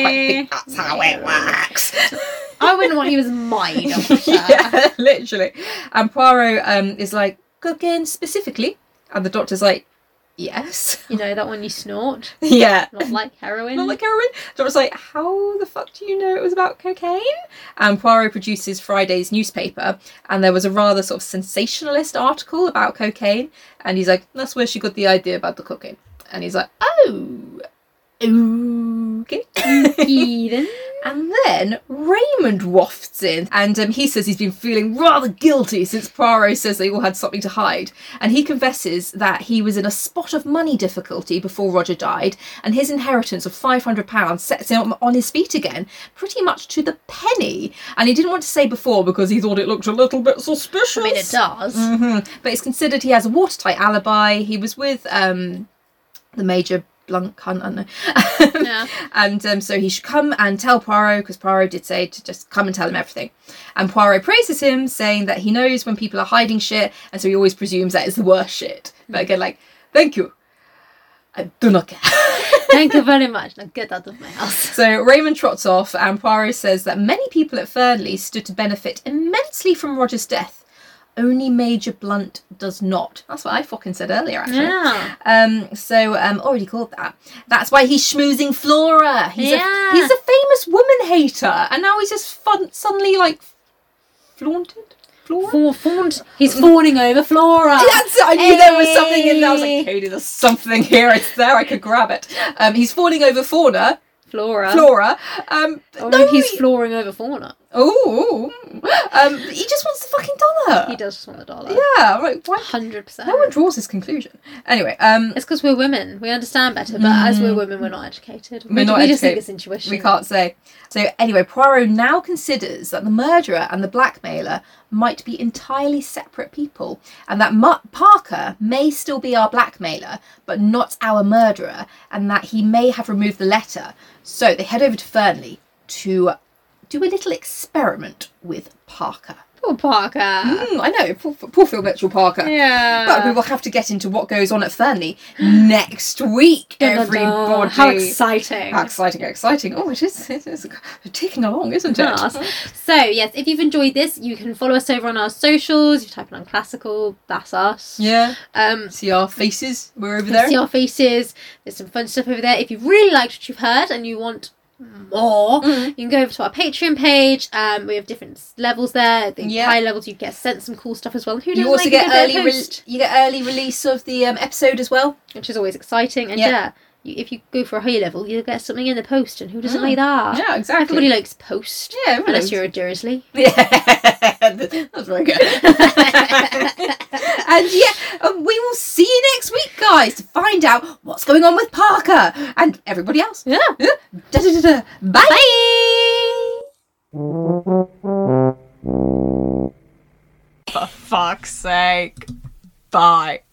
quite think that's how it works. I wouldn't want you as my doctor. yeah, literally. And Poirot um, is like, cooking specifically? And the doctor's like, yes. You know that one you snort, yeah. not like heroin. Not like heroin. Doctor's like, how the fuck do you know it was about cocaine? And Poirot produces Friday's newspaper, and there was a rather sort of sensationalist article about cocaine, and he's like, that's where she got the idea about the cocaine. And he's like, oh, okay. Eden. And then Raymond wafts in, and um, he says he's been feeling rather guilty since Poirot says they all had something to hide. And he confesses that he was in a spot of money difficulty before Roger died, and his inheritance of £500 sets him on his feet again, pretty much to the penny. And he didn't want to say before because he thought it looked a little bit suspicious. I mean, it does. Mm-hmm. Mhm. But it's considered he has a watertight alibi. He was with um, the major Blanc Hunt, I don't know. Yeah. And um, so he should come and tell Poirot, because Poirot did say to just come and tell him everything. And Poirot praises him, saying that he knows when people are hiding shit, and so he always presumes that it's the worst shit. But again, like, thank you. I do not care. Thank you very much. Now get out of my house. So Raymond trots off, and Poirot says that many people at Fernley stood to benefit immensely from Roger's death. Only Major Blunt does not. That's what I fucking said earlier, actually. Yeah. Um, so um, already called that. That's why he's schmoozing Flora. He's Yeah. a he's a famous woman hater, and now he's just fun, suddenly like flaunted. Flora. Fawn, fawned. He's fawning over Flora. That's, I knew there was something in there. I was like, Katie, there's something here. It's there. I could grab it. Um, he's fawning over Fauna, Flora. Flora. Um, Or no, Oh, he's he- flooring over Fauna. Oh, um, he just wants the fucking dollar. He does just want the dollar. Yeah, right. Why? Hundred percent. No one draws this conclusion. Anyway, um, It's because we're women. We understand better, but as we're women, we're not educated. Mm. We're we not we just think educated. it's intuition. we can't say. So anyway, Poirot now considers that the murderer and the blackmailer might be entirely separate people, and that Ma- Parker may still be our blackmailer, but not our murderer, and that he may have removed the letter. So they head over to Fernley to do a little experiment with Parker. Poor Parker. Hmm, I know, poor, poor Phil Mitchell Parker. Yeah. But we will have to get into what goes on at Fernley next week, Dun, dun, everybody. dun. How exciting. How exciting, how exciting. Oh, it is, it is ticking along, isn't it? Class. So yes, if you've enjoyed this, you can follow us over on our socials. You type in on classical, that's us. Yeah. Um, See our faces. We're you over can there. see our faces. There's some fun stuff over there. If you really liked what you've heard and you want more, you can go over to our Patreon page. Um, we have different s- levels there. The Yeah. high levels, you get sent some cool stuff as well. Who You doesn't also like a get good bit early of re- post? you get early release of the um, episode as well. which is always exciting. And Yeah. yeah, you, if you go for a high level, you'll get something in the post. And who doesn't Mm. like that? Yeah, exactly. Everybody likes post. yeah, everyone Unless likes- you're a Dursley. Yeah, that's very good. and yeah, um, we will see you next week, guys, to find out what's going on with Parker and everybody else. Yeah. Yeah. Da-da-da-da. Bye. Bye. For fuck's sake. Bye.